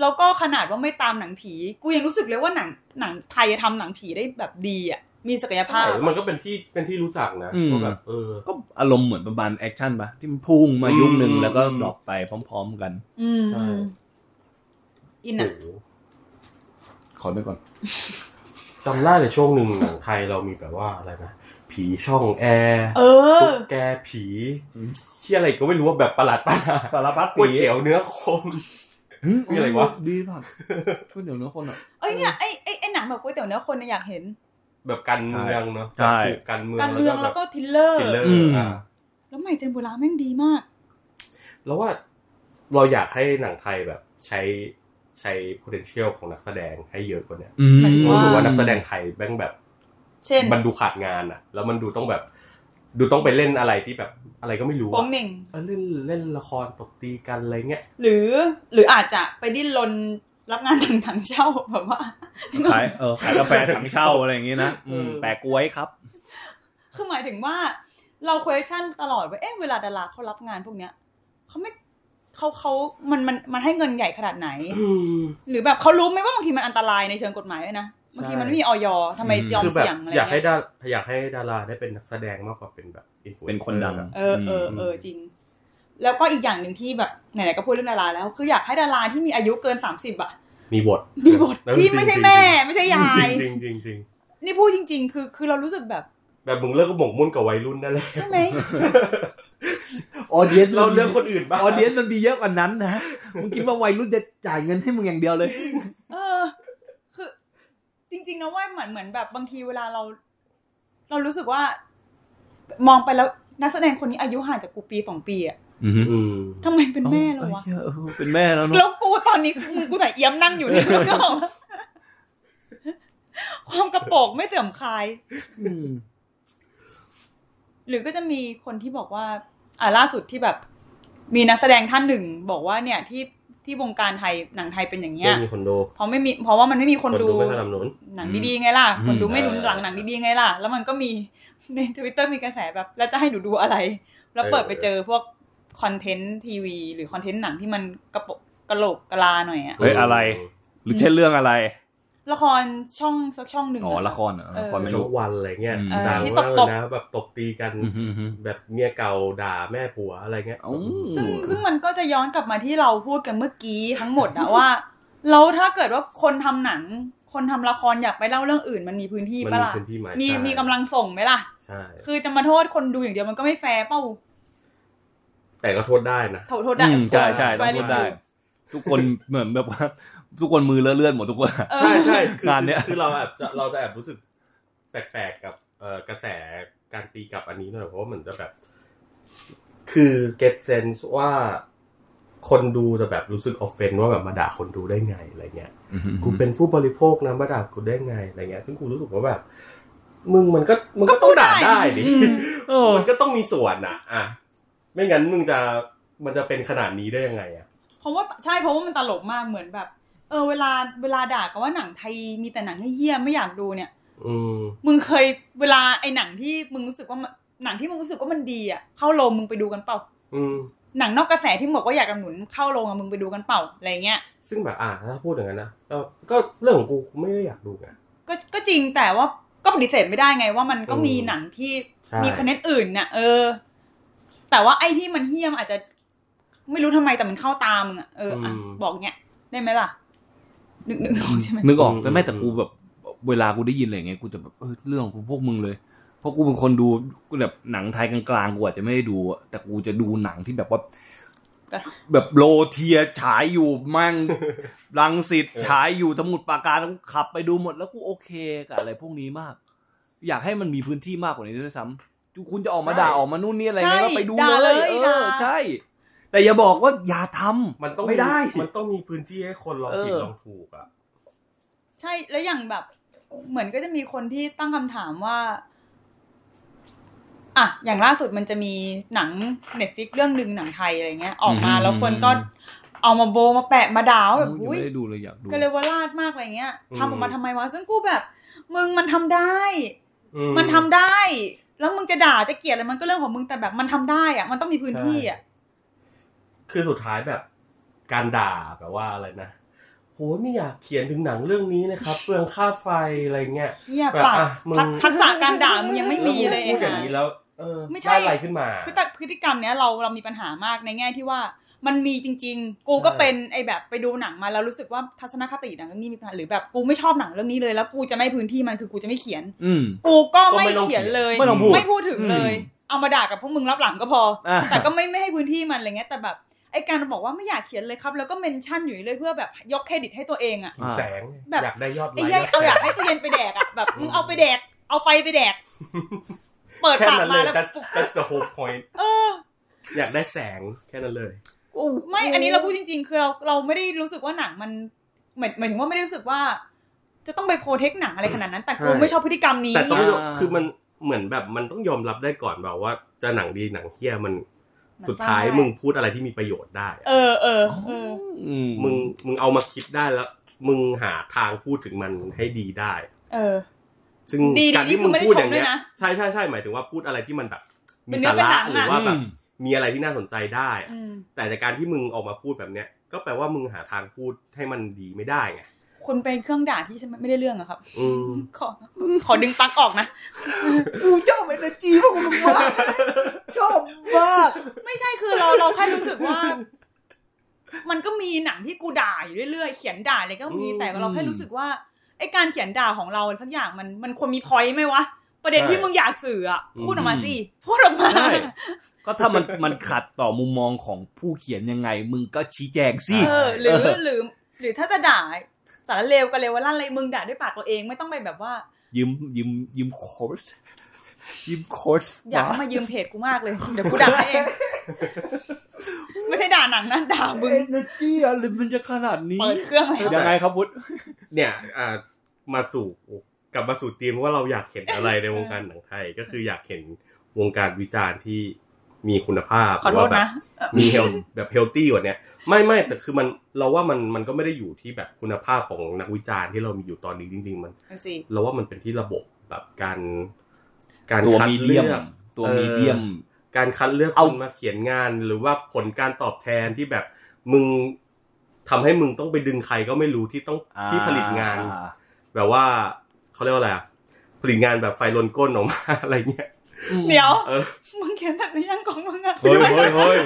แล้วก็ขนาดว่าไม่ตามหนังผี กูยังรู้สึกเลยว่าหนังหนังไทยทำหนังผีได้แบบดีอ่ะมีศักยภาพ
ใช่มันก็เป็นที่เป็นที่รู้จักนะว่าแบบเออ
ก็อารมณ์เหมือนประมาณแอคชั่นปะที่มันพุ่งมายุคหนึ่ง
อืม
แล้วก็ดรอปไปพร้อม ๆ กัน
อืม
ใช่
อินอ่ะ
โห
ขอไปก่อน
จำได้เลยช่วงหนึ่งหนังไทยเรามีแบบว่าอะไรนะผีช่องแอร์
เออ
ตุ๊กแกผี
อืม
เชี่ยอะไรก็ไม่รู้ว่าแบบประหลาดประหลาด
สารพัด
ก๋วยเตี๋ยวเนื้อคน มีอะไรวะ
ดีป่ะก๋วยเตี๋ยวเนื้อคนอ่ะ
เอ้ยเนี่ยไอ้ไอ้ไอ้หนังแบบก๋วยเตี๋ยวเนื้อคนเนี่ยอยากเห็น
แบบการเมืองเนาะ
ใช่
แบบการเมือง
การเมืองแล้วก็ทริลเลอร์
จิลเลอร์
อืม
อ่ะ
แล้วใหม่เจนบุราแม่งดีมาก
แล้วว่าเราอยากให้หนังไทยแบบใช้ใช้ potential ของนักแสดงให้เยอะกว่าเนี้ย
อืม
หมายถึง
รู้สึกว่านักแสดงไทยแม่งแบบ
เช่น
มันดูขาดงานอะแล้วมันดูต้องแบบ ดูต้องไปเล่นอะไรที่แบบอะไรก็ไม่รู้
โป้
อะ
งเหน่ง
เออเล่นเล่นละครตบตีกันอะไรเงี้ย
หรือหรืออาจจะไปดิ้นรนรับงานทางทางเช่าแบบว่า
ขายเออขายกาแฟถังเช่าอะไรอย่างงี้นะอืม
เออ
แปะกล้วยครับ
คือหมายถึงว่า เรา question ตลอดว่าเอ๊ะเวลาดาราเขารับงานพวกเนี้ยเขาไม่เขาเขามันมันมันให้เงินใหญ่ขนาดไหน หรือแบบเขารู้ไหมว่าบางทีมันอันตรายในเชิงกฎหมายด้วยนะบางทีมันไม่มีออยทำไม
อืม
ยอม
คือแบบ
เสี่ยงอะไร
อยากให้
เงี้ย
ดาอยากให้ดาราได้เป็นนักแสดงมากกว่าเป็นแบบอินฟลูเอ
เป็น น
เซอร์
คนดัง
อะ
เออเออเออจริง แล้วก็อีกอย่างหนึ่งที่แบบไหนๆก็พูดเรื่องดาราแล้ว คืออยากให้ดาราที่มีอายุเกินสามสิบอะ
มีบท
มีบท
แล้ว
ที่
จริง
ไม่
ๆ
ใช่แม่ไม่ใช่ยาย
จริงๆจริงๆจริง
นี่พูดจริง ๆ คือคือเรารู้สึกแบบ
ๆแบบมึงเลิกก็หมกมุ่นกับวัยรุ่นนั่นแหละ
ใช่ไหม
ออเดียน
เราเลือกคนอื่นบ้าง
ออเดียนมันมีเยอะกว่านั้นนะมึงคิดว่าวัยรุ่นจะจ่ายเงินให้มึงอย่างเดียวเลย
เออ คือจริง ๆ นะว่าเหมือนเหมือนแบบบางทีเวลาเรา เรารู้สึกว่า มองไปแล้วนักแสดงคนนี้อายุห่างจากกูปีสองปีอะ
อืม
ทำไมเป็นแม่เราวะ
เออเออเป็นแม่แล้วเนาะ
แล้วกูตอนนี้คือมึงกูแต่เอี้ยมนั่งอยู่ นี่ ก็ความกระโปรกไม่เสื่อมคลาย
อืม
หรือก็จะมีคนที่บอกว่า อ่าล่าสุดที่แบบ มีนักแสดงท่านหนึ่ง บอกว่าเนี่ยที่ที่วงการไทยหนังไทยเป็นอย่างเงี้
ไม่
ย
มีคนดู
เพราะไม่มี เพราะว่ามันไม่มีคนดู
ไม่สนับสนุน
หนังดีๆไงล่ะ คนดู
อืม
ไม่ดู
เออ
หลังหนังดีๆไงล่ะ แล้วมันก็มี ในทวิตเตอร์มีกระแสแบบ แล้วจะให้หนูดูอะไร แล้วเปิดไป
เออ
เจอพวกคอนเทนต์ทีวี หรือคอนเทนต์หนังที่มันกระโปะกระโหลกกะลาหน่อยอะ
เฮ้ยอะไร หรือใช่เรื่องอะไร
ละครช่องสักช่องหนึ่ง
อ๋อ
อ
ละครเหรอละคร
ไม่
ไม่
รู้
รู้
วันอะไรเงี้ย
อืม
ดัง
ที่
มากเล
ต
ย
บๆ
นะแบบตบตีกัน
อืมอืมอืม
แบบเมียเก่าด่าแม่ผัวอะไรเงี้ย
เอ้า
ซึ่งซึ่งมันก็จะย้อนกลับมาที่เราพูดกันเมื่อกี้ทั้งหมดอะว่าแล้วถ้าเกิดว่าคนทำหนัง คนทำละครอยากไปเล่าเรื่องอื่น มันมีพื้นที่
มันมี
ปะล่ะ
พื้นที่ไหม
มี
ใช่
มีกำลังส่งไหมล่ะ
ใช่
คือจะมาโทษคนดูอย่างเดียวมันก็ไม่แฟร์เป้า
แต่ก็โทษได้นะ
โทษโทษได้
อืมใช่ใช่ต้อง
ไป
พูดได้ ทุกคนเหมือนแบบว่า ทุกคนมือเลอะเลื่อนหมดทุกคน
เออ
ใช่ใช่คือง
านเนี้ย
คือเราแอบจะเราจะแอบรู้สึกแปลกๆกับเอ่อกระแสการตีกลับอันนี้หน่อยเพราะว่าเหมือนจะแบบ คือเก็ตเซนส์ว่าคนดูจะแบบรู้สึกออฟเฟนว่าแบบมาด่าคนดูได้ไงอะไรเงี้ย กูเป็นผู้บริโภคนะมาด่ากูได้ไงอะไรเงี้ย ซึ่งกูรู้สึกว่าแบบ มึงมันก็มึงก็ต้องด่าได้ดิ
อืม
เออ
มันก็ต้องมีส่วนนะอ่ะไม่งั้นมึงจะมันจะเป็นขนาดนี้ได้ยังไงอ่ะ
เพราะว่าใช่เพราะว่ามันตลกมากเหมือนแบบ เออเวลาเวลาด่ากันว่าหนังไทยมีแต่หนังให้เยี่ยมไม่อยากดูเนี่ย
อืม
มึงเคยเวลาไอ้หนังที่มึงรู้สึกว่ามันหนังที่มึงรู้สึกว่ามันดีอ่ะเข้าโรงมึงไปดูกันเปล่า
อืม
หนังนอกกระแสที่บอกว่าอยากกำหนุนเข้าโรงอะมึงไปดูกันเปล่าอะไรเงี้ย
ซึ่งแบบอ่ะถ้าพูดอย่างนั้นนะก็ก็เรื่องของกูกูไม่ได้อยากดูไง
ก็ก็จริงแต่ว่าก็ปฏิเสธไม่ได้ไง ว่ามันก็มี
อืม
หนังที่
ใช่
มีคอนเทนต์อื่นเนี่ยเออ แต่ว่าไอ้ที่มันเฮี้ยมอาจจะ ไม่รู้ทำไมแต่มันเข้าตามึงอะเอออ่ะ
อืม
บอกเนี้ยได้ไหมล่ะนึกนึกออกใช่ไหม
นึกออกแต่ไม่
อืม
แต่กูแบบ เวลากูได้ยินอะไรอย่างเงี้ยกูจะแบบเออเรื่องของพวกมึงเลย เพราะกูเป็นคนดูกูแบบหนังไทยกลางๆกูอาจจะไม่ได้ดูอะแต่กูจะดูหนังที่แบบว่า
แต่
แบบโลเทียฉายอยู่มั่ง รังสิตฉายอยู่สมุทรปราการแล้วกูขับไปดูหมดแล้วกูโอเคกับอะไรพวกนี้มาก อยากให้มันมีพื้นที่มากกว่านี้ด้วยซ้ำคุณจะออกมา
ใช่
ด่าออกมานู่นนี่อะไร
ใช่
เงี้ยก็ไปดู
ด่า
เลย
เลย
เอ
ด่า
อใช่ แต่อย่าบอกว่าอย่าทำ
มันต้อง
ไม่ได้
มันต้องมีพื้นที่ให้คนลองผิด
เออ
ลองถูกอ่ะ
ใช่แล้วอย่างแบบ เหมือนก็จะมีคนที่ตั้งคำถามว่าอ่ะอย่างล่าสุดมันจะมีหนังเน็ตฟิกเรื่องหนึ่งหนังไทยอะไรเงี้ย ออกมา
อืม
แล้วคนก็เอามาโบมาแปะมาด่าว่าแบบ
ยัง
อุ้ย
ไม่ได้ดูเลยอยากดู
กะเลวราดมากอะไรเงี้ย
อืม
ทำออกมาทำไมวะซึ่งกูแบบ มึงมันทำได้
อื
มันทำได้ แล้วมึงจะด่าจะเกลียดอะไรมันก็เรื่องของมึงแต่แบบมันทำได้อ่ะ มันต้องมีพื้นที่อ่ะ
คือสุดท้ายแบบ การด่าแบบว่าอะไรนะโหไม่อยากเขียนถึงหนังเรื่องนี้นะครับ เปลืองค่าไฟอะไรเงี้ย
เหี้ย
แบบ
ปาก
อ่ะมึง
ทักทักษะการด่ามึงยังไม่มีเลย
แล้วพูดอย่าง
ฮะ
นี้แล้ว เออ
ไม่ใช่
ด้อะไรขึ้นมา
พฤติพฤติกรรมเนี้ยเราเรามีปัญหามากในแง่ที่ว่ามันมีจริง ๆ กูก็
ใช่
เป็นไอแบบไปดูหนังมาแล้วรู้สึกว่าทัศนคติหนังเรื่องนี้มีปัญหาหรือแบบกูไม่ชอบหนังเรื่องนี้เลยแล้วกูจะไม่พื้นที่มันคือกูจะไม่เขียน
อืม
กูก็ไม่
ก็ไม่ต้อง
เขียน
เขียน
เลย
ไม่ต้องพูด
พูดถึงเลย
อืม
เอามาด่ากับพวกมึงรับหลังก็พออ
อ่ะ
แต่ก็ไม่ไม่ให้พื้นที่มันอะไรเงี้ยแต่แบบไอการบอกว่าไม่อยากเขียนเลยครับ แล้วก็เมนชั่นอยู่เลยเพื่อแบบยกเครดิตให้ตัวเองอะ
หิวแสง
แบบ
อยากได้ยอดไล
ไอ้
ค์
เหี้ยเอาอยาก
แช
ให้
ร์
ตู้เย็นไปแดกอะแบบมึงเอาไปแดก เอาไฟไปแดก เปิด
แค่นั้
ปาก
นเล
มาย แล้ว
that's that's the whole point
เออ
อยากได้แสงแค่นั้นเลย
ไม่ อันนี้เราพูดจริงๆ คือเราเราไม่ได้รู้สึกว่าหนังมันหมายหมายถึงว่าไม่ได้รู้สึกว่า จะต้องไปโปรเทคหนังอะไรขนาดนั้น แต่กู
ใช่
ไม่ชอบพฤติกรรมนี้
แต่ต้อง
อ่า
คือมันเหมือนแบบมันต้องยอมรับได้ก่อนแบบว่า จะหนังดีหนังเฮี้ยมัน
มัน
สุดท้าย
ได้
มึงพูดอะไรที่มีประโยชน์ได้อะ
เออเออเออ
อืม
มึงมึงเอามาคิดได้แล้ว มึงหาทางพูดถึงมันให้ดีได้
เออ
ซึ่ง
ดีดี
การที่
นี่คื
มึ
องไม่ได้
พูดอย่างเนี้
ชมด้วย ยนะ
ใช่ใช่ใช่หมายถึงว่าพูดอะไรที่มันแบบ มี
เป็นเนื้
สา
อเป็
ระ
นหนั
ห
งอะ
รือว่าแบบ
อืม
มีอะไรที่น่าสนใจได้
อืม
แต่จากการที่มึงออกมาพูดแบบเนี้ย ก็แปลว่ามึงหาทางพูดให้มันดีไม่ได้ไง
คนเป็นเครื่องด่าที่ฉันไม่ได้เรื่องอะครับ
อืม
ขอขอดึงปลั๊กออกนะ
กูชอบเอเนอร์จีพวกมึง มากชอบมาก
ไม่ใช่คือเราเราแค่รู้สึกว่า มันก็มีหนังที่กูด่าอยู่เรื่อยๆ เขียนด่าอะไรก็มี
อืม
แต่เราแค่รู้สึกว่าไอ้การเขียนด่าของเราสักอย่างมันมันควรมีพอยต์ไหมวะ ประเด็น
ใช่
ที่มึงอยากสื่ออ่ะ
อืม
พูดออกมาสิพูดออกมา
ใช่
ก็ถ้ามัน มันขัดต่อมุมมองของผู้เขียนยังไง มึงก็ชี้แจงสิ
เออหรือ
เออ
หรือหรือถ้าจะด่าสารเลวกับเลวว่าลั่นอะไรมึงด่าด้วยปากตัวเองไม่ต้องไปแบบว่า
ยืมยืมยืมโค้ช ยืมโค้ช
อยากให้มายืมเพจกูมากเลย เดี๋ยวกูด่าให้เอง ไม่ใช่ด่าหนังนะด่ามึง
เอเนอร์จีอะไรมันจะขนาดนี้
เปิดเครื่องเลย
ยังไงครับพุทธ
เนี่ยอ่ามาสู่กลับมาสู่ธีมว่าเราอยากเห็นอะไรในวงการหนังไทย ก็คืออยากเห็นวงการวิจารณ์ที่มีคุณภาพ
ขอโทษ
หรือว่าแบบ
นะเออ
มีเฮลแบบเฮลตี้กว่าเนี้ยไม่ไม่แต่คือมันเราว่ามันมันก็ไม่ได้อยู่ที่แบบคุณภาพของนักวิจารณ์ที่เรามีอยู่ตอนนี้จริง ๆ มัน
เอาสิ
เราว่ามันเป็นที่ระบบแบบการ การ
ตัว
คัด
มีเดี
เลื
ยม
อก
ตัว
เออ
มีเดียม
การคัดเลือกค
เอา
นมาเขียนงานหรือว่าผลการตอบแทนที่แบบมึงทำให้มึงต้องไปดึงใครก็ไม่รู้ที่ต้องที่ผลิตงาน
อ่
แบบว่าเขาเรียกว่าอะไรอะผลิตงานแบบไฟลนก้นออกมา อะไรเงี้ย
เดี๋ยว
เออ
มึงเขียนแบบนี้ยังของมึงอะ
เฮ้ยเฮ้ยเฮ้ย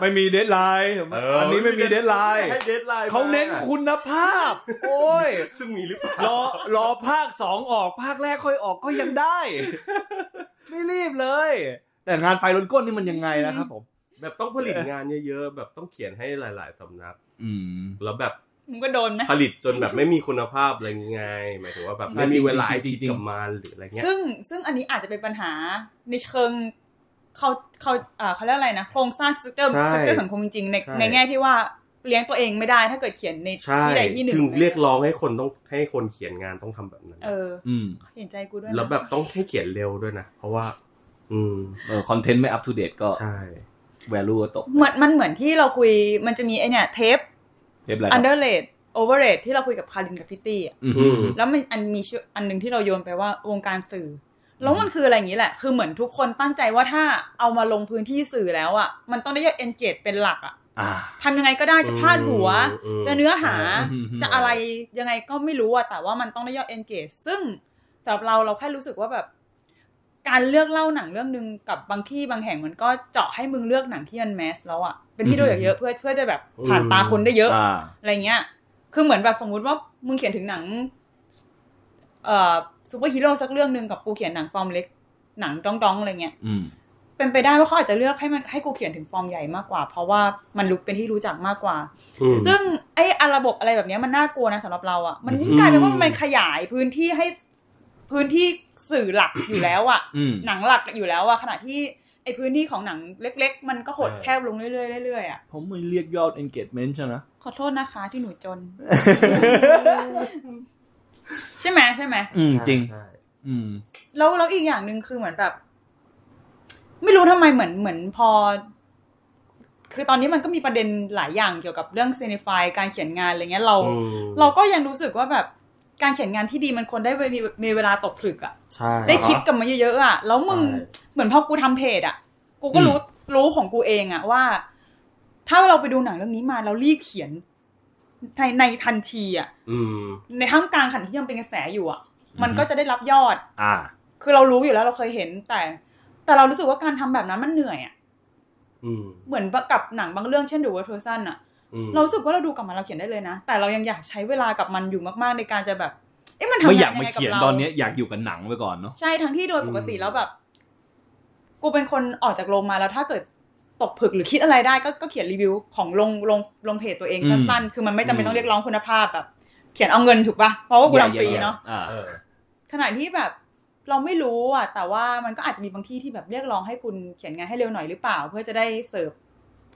ไม่มีเดทไลน์
เอออั
อันนี้ไม่มีเดทไลน์
ให้ deadline
เขาเน้น
ม
คุณภาพ โอ้ย
ซึ่งมีหรือเปล่าร
อรอภาคสองออกภาคแรกค่อยออกก็ยังได้ ไม่รีบเลย แต่งานไฟล้นก้นนี่มันยังไงนะครับผม
แบบต้องผลิตงานเยอะๆแบบต้องเขียนให้หลาย ๆสำนัก
อืม
แล้วแบบ
มึงก็โดนไหม
ผลิตจนแบบไม่มีคุณภาพอะไรไงหมายถึงว่าแบบไม่มีเวลา
จริ
ที่
งๆจริงๆ
กับมันหรืออะไรเงี้ย
ซึ่งซึ่งอันนี้อาจจะเป็นปัญหาในเชิงเขาเขาอ่าเขาเรียกอะไรนะโครงสร้างสเตอร์
ใช่
สเตอร์สังคมจริงๆใน
ใช่
ในแง่ที่ว่าเลี้ยงตัวเองไม่ได้ถ้าเกิดเขียนใน
ใช่
ที่ใดที่หนึ่ง
ถึงเรียกร้องให้คนต้องให้คนเขียนงานต้องทำแบบนั้น
เออ
อืม
เห็นใจกูด้วยนะ
แล้วแบบต้องให้เขียนเร็วด้วยนะ เพราะว่า อืม
เออคอนเทนต์ไม่อัป o d เดตก็
ใช่
value ก็ตก
เหมือนมันเหมือนที่เราคุยมันจะมีไอเนี่ยเทป
เรียบร้อยค
อั
รั
นเด
บ
อร์เลดโอเวอร์เลดที่เราคุยกับคารินกับพิตตี้อะ
อืม
อืม
แล้วมันอันมีชื่ออันหนึ่งที่เราโยนไปว่าวงการสื่อแล้วมันคืออะไรอย่างนี้แหละ คือเหมือนทุกคนตั้งใจว่าถ้าเอามาลงพื้นที่สื่อแล้วอ่ะมันต้องได้ยอดเอนเกจเป็นหลักอ่ะ
อ่า
ทำยังไงก็ได้จะพาดหัว
อืม
จะเนื้อหา
อืม
จะอะไรยังไงก็ไม่รู้อ่ะแต่ว่ามันต้องได้ยอดเอนเกจซึ่งสำหรับเราเราแค่รู้สึกว่าแบบ การเลือกเล่าหนังเรื่องหนึ่งกับบางที่บางแห่งมันก็เจาะให้มึงเลือกหนังที่มันแมสแล้วอ่ะเป็นที่ดูเยอะๆเพื่อเพื่อจะแบบผ่านตาคนได้เยอะ
อ่า
อะไรเงี้ย คือเหมือนแบบสมมุติว่ามึงเขียนถึงหนัง เอ่อซูเปอร์ฮีโร่สักเรื่องหนึ่งกับกูเขียนหนังฟอร์มเล็ก หนังด้องๆอะไรเงี้ย
อืม
เป็นไปได้ว่าเขาอาจจะเลือกให้มันให้กูเขียนถึงฟอร์มใหญ่มากกว่า เพราะว่ามันรู้เป็นที่รู้จักมากกว่า
อืม
ซึ่งไอ้อะระบบอะไรแบบเนี้ยมันน่ากลัวนะสำหรับเราอะ่ะ มันยิ่งกลายเป็นว่ามันขยายพื้นที่ให้พื้นที่สื่อหลักอยู่แล้วอ่ะ
อืม
หนังหลักอยู่แล้วอ่ะขณะที่ไอ้พื้นที่ของหนังเล็ก ๆ มันก็หด
ใช่
แคบลงเรื่อยๆเรื่อยๆอ่ะ
ผมไม่เรียกยอด engagement ใช่ไหม
ขอโทษนะคะที่หนูจน ใช่ไหมใช่ไหม
อืม จริง
ใช่
อืม
แล้วแล้วอีกอย่างหนึ่งคือเหมือนแบบ ไม่รู้ทำไมเหมือนเหมือนพอ คือตอนนี้มันก็มีประเด็นหลายอย่างเกี่ยวกับเรื่องเซนิฟายการเขียนงานอะไรเงี้ยเรา
อืม
เราก็ยังรู้สึกว่าแบบการเขียนงานที่ดีมันควรได้มีมีเวลาตกผลึกอะ
ใช่
ได้คิดกับมันเยอะๆอะแล้วมึง
ใช่
เหมือนพอกูทำเพจอะกูก็รู้รู้ของกูเองอะว่า ถ้าเราไปดูหนังเรื่องนี้มาเรารีบเขียนในในทันทีอะ
อืม
ในท่ามกลางขันที่ยังเป็นกระแสอยู่อะมัน
อือฮึ
ก็จะได้รับยอด
อ่า
คือเรารู้อยู่แล้วเราเคยเห็น แต่ แต่เรารู้สึกว่าการทำแบบนั้นมันเหนื่อยอะ
อืม
เหมือนกับหนังบางเรื่องเช่นดูวอเทอร์ซันอะ
อืม
เรารู้สึกว่าเราดูกับมันเราเขียนได้เลยนะ แต่เรายังอยากใช้เวลากับมันอยู่มากๆในการจะแบบเอ๊ะมัน
ไม่อ
ทำาย
งาก
นยัง
มา
ไงกับ
เขียน
เรา
ตอนเนี้ยอยากอยู่กับหนังไว้ก่อนเนาะ
ใช่ทั้งที่โดยปกติแล้วแบบ กูเป็นคนออกจากโรงมาแล้วถ้าเกิดตกผลึกหรือคิดอะไรได้ก็ก็เขียนรีวิวของลงลงลงเพจตัวเอง
อืม
สั้นๆคือมันไม่จำเป็นต้องเรียกร้องคุณภาพแบบ เขียนเอาเงินถูกปะเพราะว่ากูทำฟรีเนาะ
อ่า
เออ
ขณะที่แบบ เราไม่รู้อ่ะ แต่ว่ามันก็อาจจะมีบางที่ที่แบบเรียกร้องให้คุณเขียนงานให้เร็วหน่อยหรือเปล่า เพื่อจะได้เสิร์ฟ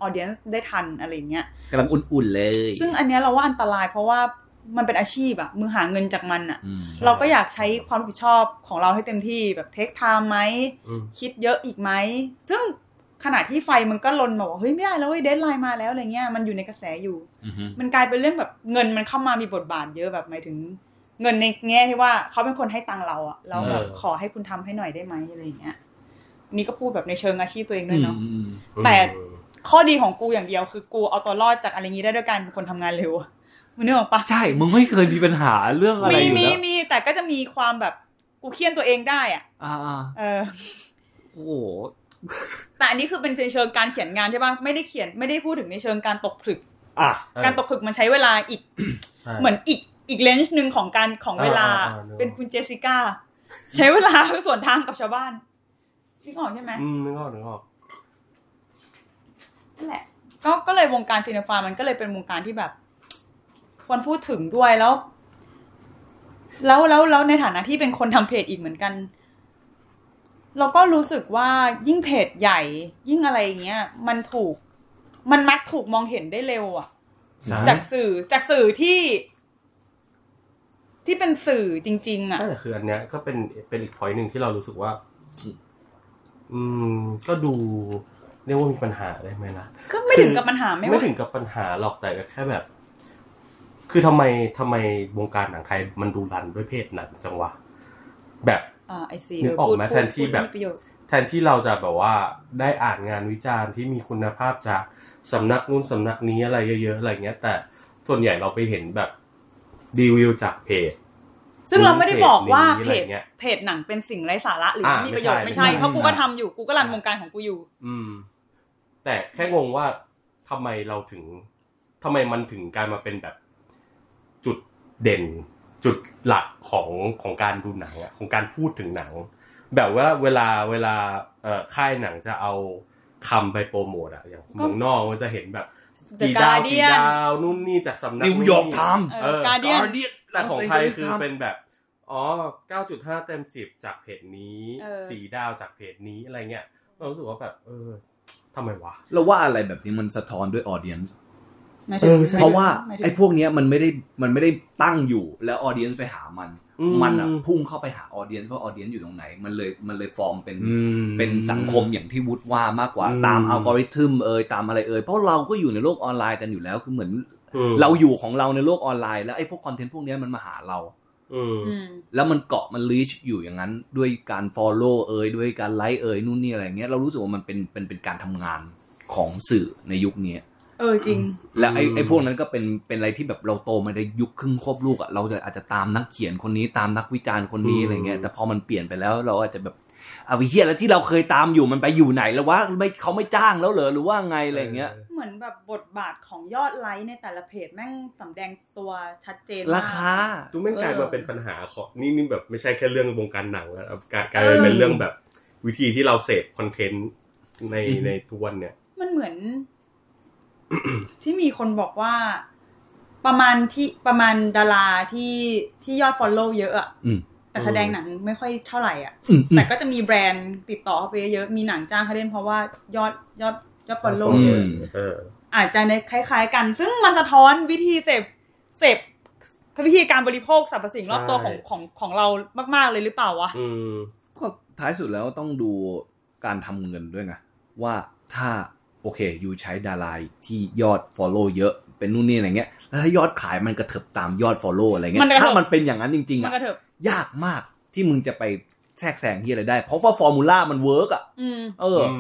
ออเดียนได้ทันอะไรอย่างเงี้ย
กำลังอุ่นๆเลย
ซึ่งอันเนี้ยเราว่าอันตราย เพราะว่ามันเป็นอาชีพอะมึงหาเงินจากมันอะ
อืม
เราก็อยากใช้ความรับผิดชอบของเราให้เต็มที่แบบเทคไทม์ไหม
อืม
คิดเยอะอีกไหม ซึ่งขณะที่ไฟมันก็ลนมาว่าเฮ้ยไม่ได้แล้วเว้ยเดทไลน์มาแล้วอะไรเงี้ยมันอยู่ในกระแสอยู่
อือฮึ
มันกลายเป็นเรื่องแบบเงินมันเข้ามามีบทบาทเยอะแบบหมายถึง เงินในแง่ที่ว่าเขาเป็นคนให้ตังค์เราอะเราแบบ
เออ
ขอให้คุณทำให้หน่อยได้ไหมอะไรเงี้ยนี่ก็พูดแบบในเชิงอาชีพตัวเองด้วยเนาะ
อืมอืม
แต่ ข้อดีของกูอย่างเดียวคือกูเอาตัวรอดจากอะไรงี้ได้ด้วยการเป็นคนทำงานเร็วอะมึงนึกออกปะ
ใช่ มึงไม่เคยมีปัญหาเรื่องอะไร
มี
อยู่
มี
แล้ว
มีแต่ก็จะมีความแบบกูเคี่ยนตัวเองได้อะ
อ่าอ่า
เออ
โอ้โห
แต่อันนี้คือเป็นเชิงการเขียนงานใช่ป่ะไม่ได้เขียนไม่ได้พูดถึงในเชิงการตกผลึก
อ่ะ
เออ
การตกผลึกมันใช้เวลาอีก
ใช่
เหมือนอีกอีกเลนส์หนึ่งของการของเวลา
อ่าอ่าอ่า
เป็นคุณเจสสิก้า ใช้เวลา ส่วนทางกับชาวบ้านนึกออกใช่ไหม
อืมนึกออกนึกออก
นั่นแหละ ก็ก็เลยวงการซีเนฟามันก็เลยเป็นวงการที่แบบควรพูดถึงด้วยแล้ว แล้วแล้วแล้วในฐานะที่เป็นคนทำเพจอีกเหมือนกัน เราก็รู้สึกว่ายิ่งเพจใหญ่ ยิ่งอะไรอย่างเงี้ย มันถูก มันมักถูกมองเห็นได้เร็วอะ
ใช่
จากสื่อจากสื่อที่ ที่เป็นสื่อจริง ๆ อ่ะ
นั่นแหละคืออันเนี้ยก็เป็นเป็นอีก point หนึ่งที่เรารู้สึกว่า
อืม
อืม ก็ดูเรียกว่ามีปัญหาได้ไหมนะ
ก็ไม่ถึงกับปัญหาไม่
ไม่
ว่า
ถึงกับปัญหาหรอกแต่ก็แค่แบบ คือทำไมทำไมวงการหนังไทยมันดูรันด้วยเพศหนังจังวะแบบ
อ่าไอซี
นึกออกไหมแทนที่แบบ แทนที่เราจะแบบว่าได้อ่านงานวิจารณ์ที่มีคุณภาพจากสำนักนู้นสำนักนี้อะไรเยอะๆอะไรเงี้ย แต่ส่วนใหญ่เราไปเห็นแบบรีวิวจากเพจ
ซึ่งเราไม่ได้บอกว่า
มี
เพ
เพจนี้
จ
อะไรเงี้ย
เพจหนังเป็นสิ่งไร้สาระหรือ
อ่า
ไม่มีประโยชน์
ไม่
ไม่
ใช่
ใช่
ไม่ใช่
เพราะกูก็
ไม่ใช่
ทำอยู่กูก็รันวงการของกูอยู่
อืม แต่แค่งงว่าทำไมเราถึงทำไมมันถึงกลายมาเป็นแบบจุดเด่น จุดหลักของของการดูหนังอะของการพูดถึงหนัง แบบว่าเวลาเวลาเอ่อค่ายหนังจะเอาคำไปโปรโมทอะอย่างเมืองนอกมันจะเห็นแบบ
The
กี่ดาว
Guardian
กี่ดาวนู่นนี่จากสำนัก
นิวยอร์กไท
นู่นนี่
ม์
เออ
Guardian
แต่ของไทยคือเป็นแบบ อ๋อ 9.5 เต็ม 10 จากเพจนี้
เออ
สีดาวจากเพจนี้อะไรเงี้ยเรารู้สึกว่าแบบ เออทำไมวะ
เราว่าอะไรแบบนี้มันสะท้อนด้วยออเดียน
หมย
เอ
ถึง
อใช่
เพราะว่า
หมยถึง
ไอ้พวกเนี้ยมันไม่ได้มันไม่ได้ตั้งอยู่แล้วออเดียนไปหามัน
อืม
มันอ่ะพุ่งเข้าไปหาออเดียนเพราะออเดียนอยู่ตรงไหน มันเลยมันเลยฟอร์มเป็นเป็นสังคมอย่างที่วุฒิว่ามากกว่า
อืม
ตามอัลกอริทึมเอ่ยตามอะไรเอ่ยเพราะเราก็อยู่ในโลกออนไลน์กันอยู่แล้วคือเหมือน
อืม
เราอยู่ของเราในโลกออนไลน์แล้วไอ้พวกคอนเทนต์พวกเนี้ยมันมาหาเรา
อืม
อืม
แล้วมันเกาะมันลีชอยู่อย่างนั้น ด้วยการ Follow เอ่ยด้วยการไลค์เอ่ยนู่นนี่อะไรอย่างเงี้ยเรารู้สึกว่ามันเป็นเป็นเป็นการทำงานของสื่อในยุคเนี้ย
เออจริง
แล้วไอ้
อืม
ไอ้พวกนั้นก็เป็นเป็นอะไรที่แบบเราโตมาในยุคครึ่งควบลูกอะ่ะเราจะอาจจะตามนักเขียนคนนี้ตามนักวิจารณ์คนนี้อะไรเงี้ยแต่พอมันเปลี่ยนไปแล้วเราอาจจะแบบเอาวิเชียแล้วที่เราเคยตามอยู่มันไปอยู่ไหนแล้ววะไม่เขาไม่จ้างแล้วเหรอหรือว่าไงอะไรเงี้ย
เหมือนแบบบทบาทของยอดไลค์ในแต่ละเพจแม่งสำแดงตัวชัดเจนมก
ราคา
ดูแม่งกลาย
เออ
มาเป็นปัญหาของนี่นี่แบบไม่ใช่แค่เรื่องวงการหนังแล้วกลายกลายเป็นเรื่องแบบ วิธีที่เราเสพคอนเทนต์ใน
อืม
ในทุกวันเนี่ย
มันเหมือน ที่มีคนบอกว่า ประมาณที่ประมาณดาราที่ที่ยอดฟอลโล่เยอะอะ
อืม
แต่แสดงหนังไม่ค่อยเท่าไหร่อ่ะ
อืมอื
แต่
ม
ก็จะมีแบรนด์ติดต่อเข้าไปเยอะๆมีหนังจ้างเขาเล่นเพราะว่ายอดยอดยอดฟอลโล่เยอะ
ม
เออ
อาจจะในคล้าย ๆ กัน ซึ่งมันสะท้อนวิธีเสพเสพวิธีการบริโภคสรรพสิ่งรอบตัว
ใช่
ของของของเรามากๆเลยหรือเปล่าวะ
อืม
ก็ท้ายสุดแล้วต้องดูการทำเงินด้วยไงว่าถ้าโอเคยูใช้ดาราที่ยอด Follow เยอะเป็นนู่นนี่อะไรเงี้ยแล้วถ้ายอดขายมันกระเถิบตามยอด Follow อะไรเงี้
มัน
ย
กระเถิบ
ถ้ามันเป็นอย่างนั้นจริงๆ
มั
อะ
นก็เถอะ
ยากมากที่มึงจะไปแทรกแซงที่อะไรได้ เพราะว่าฟอร์มูล่ามันเวิร์กอ่ะ
อืม
เอออ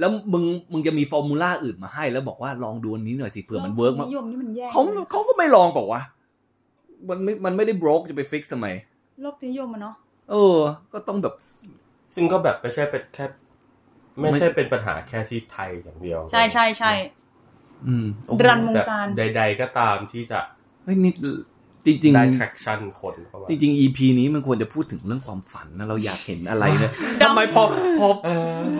แล้วมึงมึงจะมีฟอร์มูล่าอื่นมาให้ แล้วบอกว่าลองดูอันนี้หน่อยสิเผื่อมันเวิร์กมาก
นิยมนี่มันแย่
เขาเขาก็ไม่ลองเปล่าวะมันไม่มันไม่ได้บล็อกจะไปฟิกทำไม
โลกนิยมอะเนาะ
เออ ก็ต้องแบบ
ซึ่งก็แบบไม่ใช่เป็นแค่ ไม่ใช่เป็นปัญหาแค่ที่ไทยอย่างเดียว
ใช่ใช่ใช่
อืมโอ้โห
รันวง
แบบ
การ
ใด ๆ ก็ตามที่จะ
เฮ้ยนี่จริง
ได้
ๆ
traction คนเข้ามา
จริง ๆ EP นี้มันควรจะพูดถึงเรื่องความฝันนะเราอยากเห็นอะไรนะทำไมพอพอ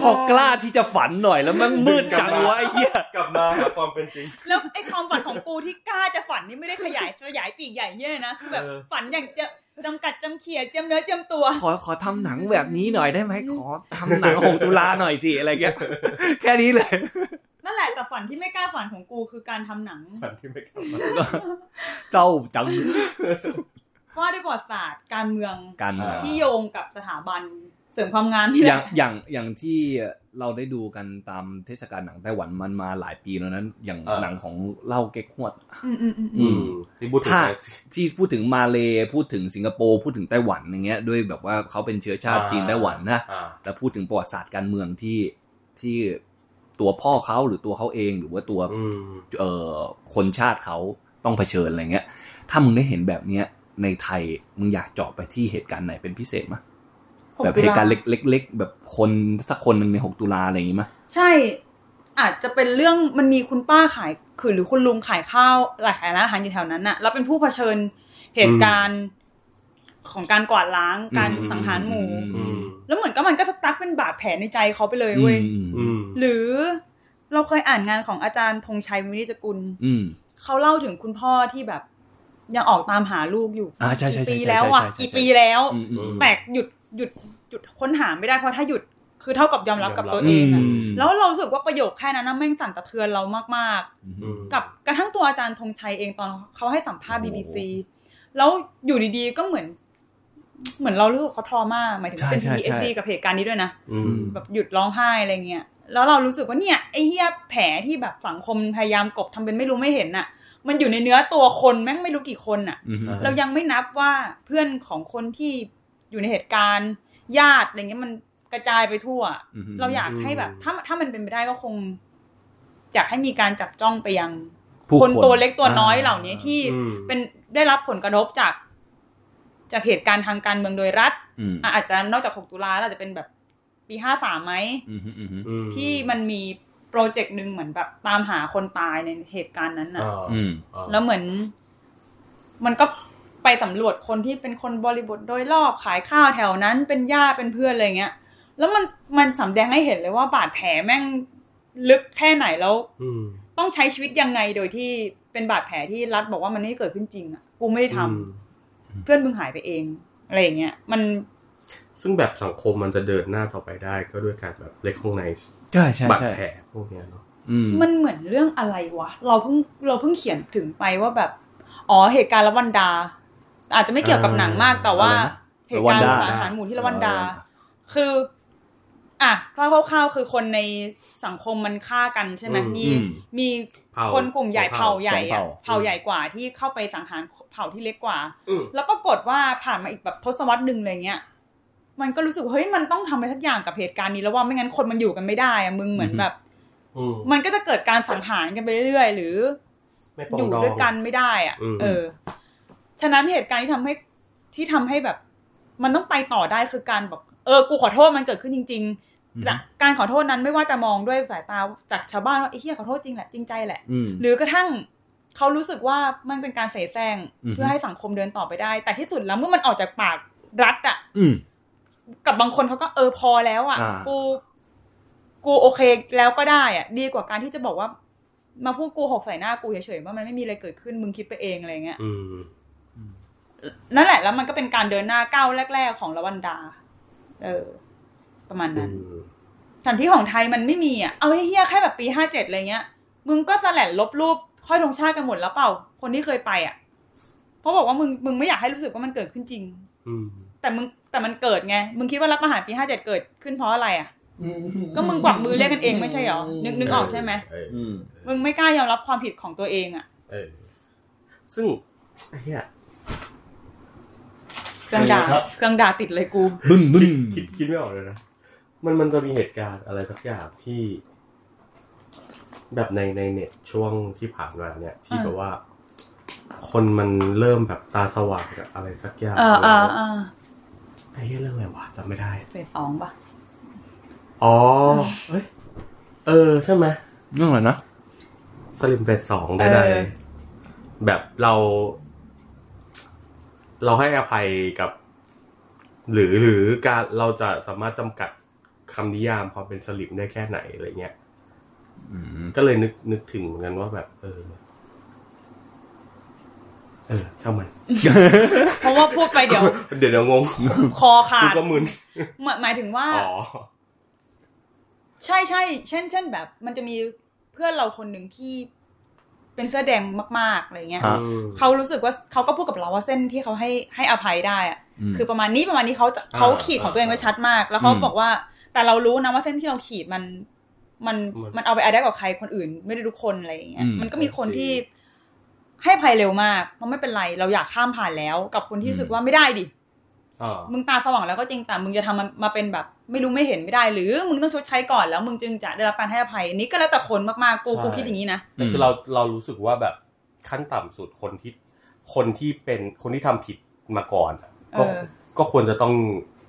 พอกล้าที่จะฝันหน่อยแล้วมันมืดจังวะไอ้เหี้ย
กลับมาหาความเป็นจริง
แล้วไอ้ความฝันของกูที่กล้าจะฝันนี่ไม่ได้ขยายขยายปีกใหญ่เย่นะคือแบบ
เออ
ฝันอย่างจะจำกัดจำเขี่ยจำเนื้อจำตัว
ขอขอทำหนังแบบนี้หน่อยได้ไห มขอทำหนังหงตุลาหน่อยสิอะไรเงี้ย แค่นี้เลย
นั่นแหละแต่ฝันที่ไม่กล้าฝันของกูคือการทำหนัง
สันที่ไม่กลับมา
เจ้าจัง
ว่าด้วยประวัติศาสตร์การเมือง
กัน
อ่า
ที่โยงกับสถาบันเสริมความงามนี่
อ
แห
ย่าง
ละ
อย่างอย่างที่เราได้ดูกันตามเทศกาลหนังไต้หวันมันมาหลายปีแล้วนั้น อย่าง
เออ
หนังของเล่าเก๊กฮวด
อืมอืมอืม
อื
อื
ม
มที่พูดถึง
ถ้า
ไทย
ที่พูดถึงมาเลพูดถึงสิงคโปร์พูดถึงไต้หวันอย่างเงี้ยด้วยแบบว่าเขาเป็นเชื้อชาติ
อ่า
จีนไต้หวันนะ
อ่า
แล้วพูดถึงประวัติศาสตร์การเมืองที่ที่ตัวพ่อเขาหรือตัวเขาเองหรือว่าตัว
อืม
เอ่อคนชาติเขาต้องเผชิญอะไรเงี้ย ถ้ามึงได้เห็นแบบเนี้ยในไทยมึงอยากเจาะไปที่เหตุการณ์ไหนเป็นพิเศษมะ
ผม
แบบ
ตุ
เห
ล
ตุการณ์เล็กเล็กๆแบบคนสักคนหนึ่งในหกตุลาอะไรอย่างงี้มะ
ใช่ อาจจะเป็นเรื่องมันมีคุณป้าขายคือหรือคุณลุงขายข้าวหลายขายร้านอาหารอยู่แถวนั้นน่ะ แล้วเป็นผู้เผชิญเหตุการณ์ของการกวาดล้างการ
อืม
สังหารหมู่
อืม
แล้วเหมือนก็มันก็สตั๊กเป็นบาดแผลในใจเขาไปเลย
อื
เว้ย
มอื
อื
ม
ม
หรือเราเคยอ่านงานของอาจารย์ธงชัยวินิจฉัยกุล
อืม
เขาเล่าถึงคุณพ่อที่แบบ ยังออกตามหาลูกอยู่
อ่าใช่ใช่
กี่
ใช่
ปี
ใช่
แล้วอ่ะ
ใช่ใช่
กี่ปีแล้ว
อืมอืม
แต่หยุดหยุดหยุดค้นหาไม่ได้เพราะถ้าหยุดคือเท่ากับยอมรับกับ
ยอมรับ
ตัว
อื
เอง
ม
อะแล้วเรารู้สึกว่าประโยคแค่นั้นนะแม่งสั่นสะเทือนเรามาก
อืม
ๆ กับกระทั่งตัวอาจารย์ธงชัยเองตอนเขาให้สัมภาษณ์
โอ้
บี
โห
บีซีแล้วอยู่ดีๆก็เหมือน เหมือนเรารู้สึกเขาทรมาหมายถึงว่าเป็น
ใช่ใช่
PTSD กับเหตุการณ์นี้ด้วยนะ
อืม
แบบหยุดร้องไห้อะไรเงี้ย แล้วเรารู้สึกว่าเนี่ยไอ้เหี้ยแผลที่แบบสังคมพยายามกลบทำเป็นไม่รู้ไม่เห็นน่ะ มันอยู่ในเนื้อตัวคนแม่งไม่รู้กี่คนน่ะ
อืม
อ่า
เรายังไม่นับว่าเพื่อนของคนที่อยู่ในเหตุการณ์ ญาติอะไรเงี้ยมันกระจายไปทั่ว
อืม
เราอยากให้แบบ ถ้าถ้ามันเป็นไปได้ก็คง อยากให้มีการจับจ้องไปยัง
ผู้
คนตัวเล็กตัวน้อยเหล่านี้ที่
อืม
เป็นได้รับผลกระทบจาก จากเหตุการณ์ทางการเมืองโดยรัฐ
อืม
อ่ะอาจจะนอกจาก 6 ตุลาแล้วอาจจะเป็นแบบปีห้าสามไหม
อืมอืมอืมอืม
อืม
ที่มันมีโปรเจกต์หนึ่งเหมือนแบบตามหาคนตายในเหตุการณ์นั้นน่ะ
อ่า
อืม
อ่า
แล้วเหมือน มันก็ ไปสำรวจคนที่เป็นคนบริบทโดยรอบขายข้าวแถวนั้น เป็นญาติเป็นเพื่อนอะไรเงี้ย แล้วมันมันสำแดงให้เห็นเลยว่าบาดแผลแม่งลึกแค่ไหนแล้ว
อืม
ต้องใช้ชีวิตยังไงโดยที่เป็นบาดแผลที่รัฐบอกว่ามันไม่เกิดขึ้นจริงอ่ะกูไม่ได้ทำ
อืม
เพื่อนมึงหายไปเองอะไรอย่างเงี้ยมัน
ซึ่งแบบสังคมมันจะเดินหน้าต่อไปได้ก็ด้วยการแบบเล็กข้างใน
ใช่ใช่
บาด
ใช่
แผลพวกเนี้ยเนาะ
อืม
มันเหมือนเรื่องอะไรวะเราเพิ่งเราเพิ่งเขียนถึงไปว่าแบบอ๋อเหตุการณ์ละวันดา อาจจะไม่เกี่ยวกับหนังมากแต่ว่าเหตุการณ์สารอาหารหมู่ที่ละวันดา คือ อ่ะเล่าคร่าวๆคือคนในสังคมมันฆ่ากันใช่ไหมมี
อืม
มี
เผา
คนกลุ่มใหญ่เผ่าใหญ่
สอง
อะ
เผ่า
เผ่าใหญ่กว่าที่เข้าไปสังหารเผ่าที่เล็กกว่า
อืม
แล้วปรากฏว่าผ่านมาอีกแบบทศวรรษหนึ่งอะไรเงี้ย มันก็รู้สึกว่าเฮ้ยมันต้องทำอะไรสักอย่างกับเหตุการณ์นี้แล้วว่าไม่งั้นคนมันอยู่กันไม่ได้อะมึงเหมือน
อือฮึ
แบบ
อืม
มันก็จะเกิดการสังหารกันไปเรื่อยๆหรือ
ไม่ปรอ
อง ยู่
ดอง
ด้วยกันไม่ได้อะ
อืม
เออ ฉะนั้นเหตุการณ์ที่ทำให้ที่ทำให้แบบ มันต้องไปต่อได้คือการแบบเออ กูขอโทษมันเกิดขึ้นจริง
อืม
ๆแต่การขอโทษนั้นไม่ว่าจะมองด้วยสายตาจากชาวบ้านว่าไอ้เฮียขอโทษจริงแหละจริงใจแหละ
อืม
หรือกระทั่งเขารู้สึกว่ามันเป็นการเสแสร้ง
อือฮึ
เพื่อให้สังคมเดินต่อไปได้ แต่ที่สุดแล้วเมื่อมันออกจากปากรัฐอะ
อืม
กับบางคนเขาก็เออพอแล้วอะ
อ่า
กู กูโอเคแล้วก็ได้อะดีกว่าการที่จะบอกว่า มาพูดกูหกใส่หน้ากูเฉยๆว่ามันไม่มีอะไรเกิดขึ้นมึงคิดไปเองอะไรเงี้ย
อืม
นั่นแหละแล้วมันก็เป็นการเดินหน้าก้าวแรก ๆ ของละวันดา เออ ประมาณ
อื
นั้น
ม
สถานที่ของไทยมันไม่มีอ่ะ เอาเฮี้ยๆแค่แบบปีห้าเจ็ดอะไรเงี้ย มึงก็สแลนลบรูปห้อยธงชาติกันหมดแล้วเปล่า คนที่เคยไปอ่ะ เพราะบอกว่ามึงมึงไม่อยากให้รู้สึกว่ามันเกิดขึ้นจริง
อืม
แต่มึงแต่มันเกิดไง มึงคิดว่ารัฐประหารปีห้าเจ็ดเกิดขึ้นเพราะอะไรอ่ะ ก็มึงกวักมือเรียกกันเองไม่ใช่เหรอ นึกนึกออกใช่ไหม
เออ
อืม
มึงไม่กล้ายอมรับความผิดของตัวเองอ่ะ
เออ ซึ่งไอ้เฮีย
เครื่องด่า
ครับ
เครื่องด่าติดเลยกู
บึ้นบึ้น
คิดคิดไม่ออกเลยนะ มันมันจะมีเหตุการณ์อะไรสักอย่างที่ แบบในในเน็ตช่วงที่ผ่านมาเนี่ย ที่
อ่า
แบบว่า คนมันเริ่มแบบตาสว่างกับอะไรสักอย่าง
เออเออเออ
ไอ้เหี้ยเรื่องอะไรวะจำไม่ได้
เฟสสองปะ
อ๋อเอ้ยเออ ใช่ไหม
เรื่องอะไรนะ
สลิมเฟสสองได้ได้แบบเรา เราให้อภัยกับ หรือหรือการเราจะสามารถจำกัดคำนิยามความเป็นสลิมได้แค่ไหนอะไรเงี้ย
อืม
ก็เลยนึกนึกถึงเหมือนกันว่าแบบ เออ เออช่างมัน
เพราะว่าพูดไปเดี๋ยว
เดี๋ยวเดี๋ยวงง
คอขา
กู
ด
ก็มึน
หมายหมายถึงว่า
อ๋อ
ใช่ใช่เช่นเช่นแบบ มันจะมีเพื่อนเราคนหนึ่งที่เป็นเสื้อแดงมากๆอะไรเงี้ย
อ่ะ
เขารู้สึกว่าเขาก็พูดกับเราว่าเส้นที่เขาให้ให้อภัยได้อะ
ม
คือประมาณนี้ประมาณนี้เขาจะเขาขีดของตัวเองไว้ชัดมาก แล้วเขา
อืม
บอกว่า แต่เรารู้นะว่าเส้นที่เราขีดมันมัน
มัน
มันเอาไปอาได้กับใครคนอื่น ไม่ได้ทุกคนอะไรอย่างเงี้ย
อืม
มันก็มีคน
โอเค
ที่ให้อภัยเร็วมากเพราะไม่เป็นไรเราอยากข้ามผ่านแล้ว กับคนที่รู้สึกว่าไม่ได้ดิ
อ๋อ
มึงตาสว่างแล้วก็จริงแต่มึงจะทำมันมาเป็นแบบ ไม่รู้ไม่เห็นไม่ได้ หรือมึงต้องชดใช้ก่อนแล้วมึงจึงจะได้รับการให้อภัยอันนี้ก็แล้วแต่คนมากๆกูกูคิดอย่างนี้นะ
แต่คือเราเรารู้สึกว่าแบบขั้นต่ำสุดคนที่คนที่เป็นคนที่ทำผิดมาก่อนอะ
เอ
ก็
อ
ก็ควรจะต้อง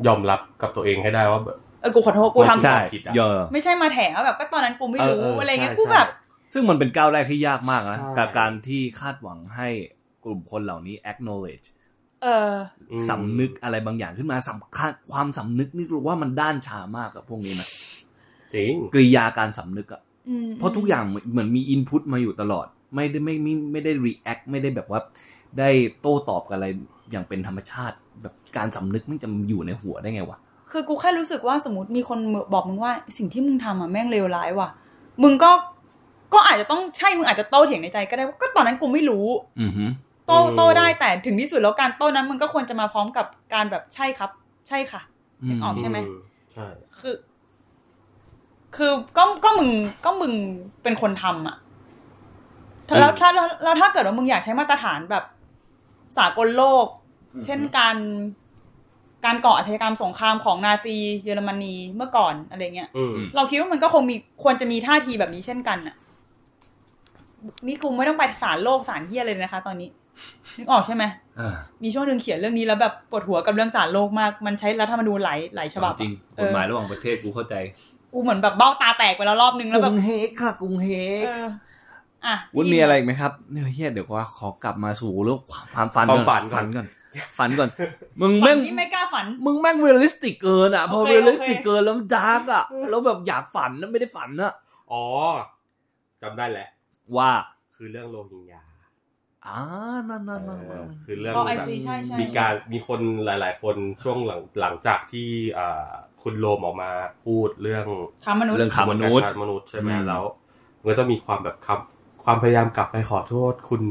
ยอมรับกับตัวเองให้ได้ว่าแบบ
เออกูขอโทษกูทำ
ใช่
ผิด
ผิดอะ
เยอะ
ไม่ใช่มาแถว่าแบบก็ตอนนั้นกูไม่รู้
เ
อะไรเงี้ย
ใช่
กูแบบ
ใช่
ซึ่งมันเป็นก้าวแรกที่ยากมากนะ
ใช่
กับการที่คาดหวังให้กลุ่มคนเหล่านี้ acknowledge
เออ
อืม
สำนึกอะไรบางอย่างขึ้นมาสำคัญความสำนึกนี่รู้ว่ามันด้านชามากกับพวกนี้นะ
จริง
กริยาการสำนึกอะ
อืม
เพราะทุกอย่างเหมือนมีอินพุตมาอยู่ตลอด ไม่ได้ไม่ไม่ไม่ได้ react ไม่ได้แบบว่า ได้โต้ตอบกับอะไรอย่างเป็นธรรมชาติ แบบการสำนึกมันจะอยู่ในหัวได้ไงวะ
คือกูแค่รู้สึกว่าสมมติมีคนบอกมึงว่าสิ่งที่มึงทำอ่ะแม่งเลวร้ายว่ะมึงก็ก็อาจจะต้องใช่มึงอาจจะโต้เถียงในใจก็ได้ว่าก็ตอนนั้นกูไม่รู้
อือฮึ
โต้
อืม
โต้ได้แต่ถึงที่สุดแล้วการโต้นั้นมันก็ควรจะมาพร้อมกับการแบบใช่ครับ ใช่ค่ะ
อืม
นึกออก ใช่ไหม
อืใช่
คือ คือก็ก็มึงก็มึงเป็นคนทำอะถ้าแล้วถ้าแล้วแล้วถ้าเกิดว่ามึงอยากใช้มาตรฐานแบบสากลโลก เช่นการการก่ออาชญากรรมสงครามของนาซีเยอรมนีเมื่อก่อนอะไรเงี้ย
อืม
เราคิดว่ามันก็คงมีควรจะมีท่าทีแบบนี้เช่นกันอะนี่กูไม่ต้องไปศาลโลกศาลเฮียเลยนะคะ ตอนนี้ นึกออกใช่ไหม
อ่า
มีช่วงหนึ่งเขียนเรื่องนี้แล้วแบบปวดหัวกับเรื่องศาลโลกมาก มันใช้รัฐธรรมนูญหลายหลายฉบับอะ
จริง
เอก
ฎ
อ
หมายระหว่างประเทศกูเข้าใจ
กูเหมือนแบบเบ้าตาแตกไปแล้วรอบนึง
ก
แล้วแบ
รุ
บ
งเฮกค่ะกรุงเฮก
เออ อ่ะ
วุ้นมีอะไรอีกไหมครับเนี่ยเฮียเดี๋ยวว่าขอกลับมาสู่เรื่องความฝัน
ความฝันก่
ฝั
อน
นก่อน ฝันก่อน มึง
ฝั
แม่
น
ง
ที่ไม่กล้าฝัน
มึงแม่งเรียลลิสติกเกินอ่ะ พอ
โอเค
เรียลลิสติก
โอเค
เกินแล้วมันดาร์กอ่ะ แล้วแบบอยากฝันแล้วไม่ได้ฝันอ่ะ
อ๋อจำได้แหละ
ว่า
คือเรื่องโรฮิงญา
อ่านั่นนั่นนั่น
เอ
นั่
อน คือเรื่อง
อ๋อ
แบ
ไอบ ซีใช่ใช่
มีการมีคนหลาย ๆ คนช่วงหลังหลังจากที่อ่าคุณโรมออกมาพูดเรื่อง
ค้ามนุษย์
เรื่อง ขมนุษย์
ขบวนการมนุษย์ใช่ไหม
อืม
แล้วมันก็จะมีความแบบครับความพยายามกลับไปขอโทษคุณ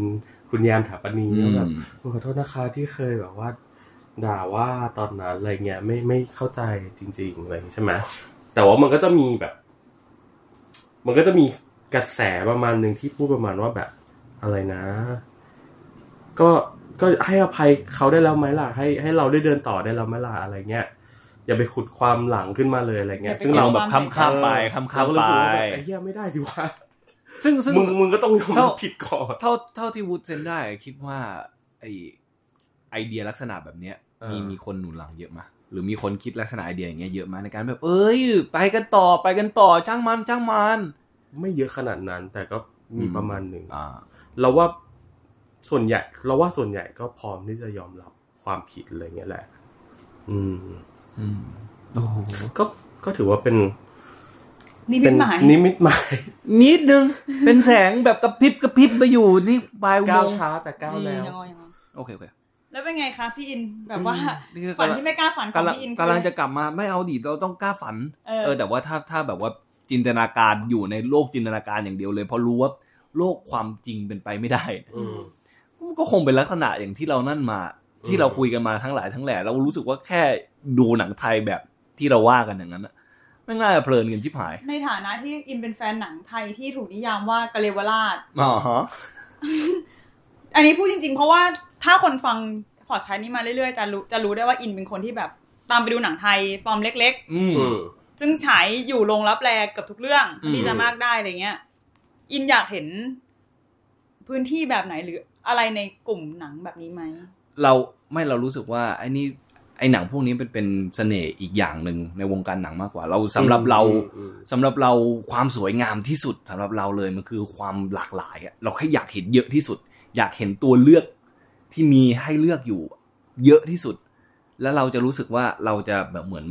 คุณแยมถาปนี
อื
ว่าม แบบขอโทษนะคะที่เคยแบบว่า ด่าว่าตอนนั้นอะไรเงี้ยไม่ไม่เข้าใจจริงๆอะไรอย่างงี้ใช่ไหมแต่ว่ามันก็จะมีแบบ มันก็จะมีกระแสประมาณหนึ่งที่พูดประมาณว่าแบบอะไรนะ ก็ก็ให้อภัยเขาได้แล้วไหมล่ะ ให้ให้เราได้เดินต่อได้แล้วไหมล่ะอะไรเงี้ยอย่าไปขุดความหลังขึ้นมาเลยอะไรเงี้ย
อย่าไป
ซึ่ง
เรา
เรา
แบบข้ามๆไปข้ามๆ
เรก็รู้
ไป
สึกว่แบบไอ้เหี้ยไม่ได้สิวะ
ซึ่งซึ่ง
มึงมึงก็ต้องยอม
เท่า
ผิดก่อน
เท่าเท่าที่วูดเซนได้คิดว่า ไอไอเดียลักษณะแบบเนี้ย
เออ
มีมีคนหนุนหลังเยอะมยหรือมีคนคิดลักษณะไอเดียอย่างเงี้ยเยอะมยในการแบบ เอ้ย ไปกันต่อไปกันต่อช่างมันช่างมัน
ไม่เยอะขนาดนั้น แต่ก็มี
อืม
ประมาณหนึ่ง
อ่า
เราว่าส่วนใหญ่เราว่าส่วนใหญ่ก็พร้อมที่จะยอมรับความผิดอะไรเงี้ยแหละ อืม
อืมโอ้โห
ก็ก็ถือว่าเป็น
นิ
เป็
มิต
น
หมาย
นิมิตหมาย
นิดนึง เป็นแสงแบบกระพริบกระพริบไปอยู่นี่ปลายอุโม
ก้าว
งค์
ช้าแต่ก้าวแล้ว
ยังไงยังไง
โอเคโอเค
แล้วเป็นไงคะพี่อินแบบว่า
อืมนี่คือ
ฝันที่ไม่กล้าฝันของ
กำลัง
พี่อิน
กำลังจะกลับมาไม่เอาดิเราต้องกล้าฝัน
เออ
แต่ว่าถ้าถ้าแบบว่าจินตนาการอยู่ในโลกจินตนาการอย่างเดียวเลยเพราะรู้ว่าโลกความจริงเป็นไปไม่ได้
อืม
มันก็คงเป็นลักษณะอย่างที่เรานั่นมา
อืม
ที่เราคุยกันมาทั้งหลายทั้งแหล่เรารู้สึกว่าแค่ดูหนังไทยแบบที่เราว่ากันอย่างนั้นนะไม่งน่าจะเพลินกันชิบหาย
ในฐานะที่อินเป็นแฟนหนังไทยที่ถูกนิยามว่ากะเลวราช
อ๋อฮะ
อันนี้พูดจริงๆ เพราะว่าถ้าคนฟังพอดแคสต์นี้มาเรื่อยๆ จะรู้จะรู้ได้ว่าอินเป็นคนที่แบบตามไปดูหนังไทย ฟอร์มเล็ก
อืม
อืม
ๆ ซึ่งฉายอยู่โรงรับแรเกับทุกเรื่อง
อืม
มีจะมากได้อะไรเงี้ย อินอยากเห็นพื้นที่แบบไหนหรืออะไรในกลุ่มหนังแบบนี้ไหม
เราไม่เรารู้สึกว่าไอ้นี่ไอ้หนังพวกนี้เป็นเป็นเสน่ห์อีกอย่างหนึ่งในวงการหนังมากกว่า เราสำหรับเรา
อืม
สำหรับเราความสวยงามที่สุดสำหรับเราเลยมันคือความหลากหลายอะเราแค่อยากเห็นเยอะที่สุด อยากเห็นตัวเลือกที่มีให้เลือกอยู่ เยอะที่สุด แล้วเราจะรู้สึกว่าเราจะแบบเหมือน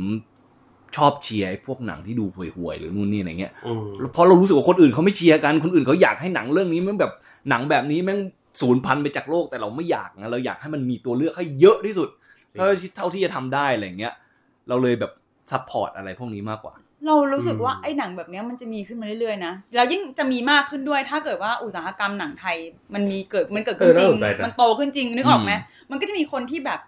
ชอบเชียร์ไอ้พวกหนังที่ดูห่วยๆหรือนู่นนี่อะไรเงี้ย
อืม
เพราะเรารู้สึกว่าคนอื่นเขาไม่เชียร์กัน คนอื่นเขาอยากให้หนังเรื่องนี้แมันแบบหนังแบบนี้แม่งสูญพันธุ์ไปจากโลกแต่เราไม่อยากนะเราอยากให้มันมีตัวเลือกให้เยอะที่สุดเท่าที่เท่าที่จะทำได้อะไรอย่างเงี้ย เราเลยแบบซัพพอร์ตอะไรพวกนี้มากกว่า
เรารู้สึกว่าไอ้หนังแบบเนี้ยมันจะมีขึ้นมาเรื่อยๆนะแล้วยิ่งจะมีมากขึ้นด้วยถ้าเกิดว่าอุตสาหกรรมหนังไทย มันมีเกิดมันเกิดขึ้นจริ
เออน่าส
ง
นใจนะ
มันโตขึ้นจริงนึกออกไหม
อืม
มันก็จะมีคนที่แบบ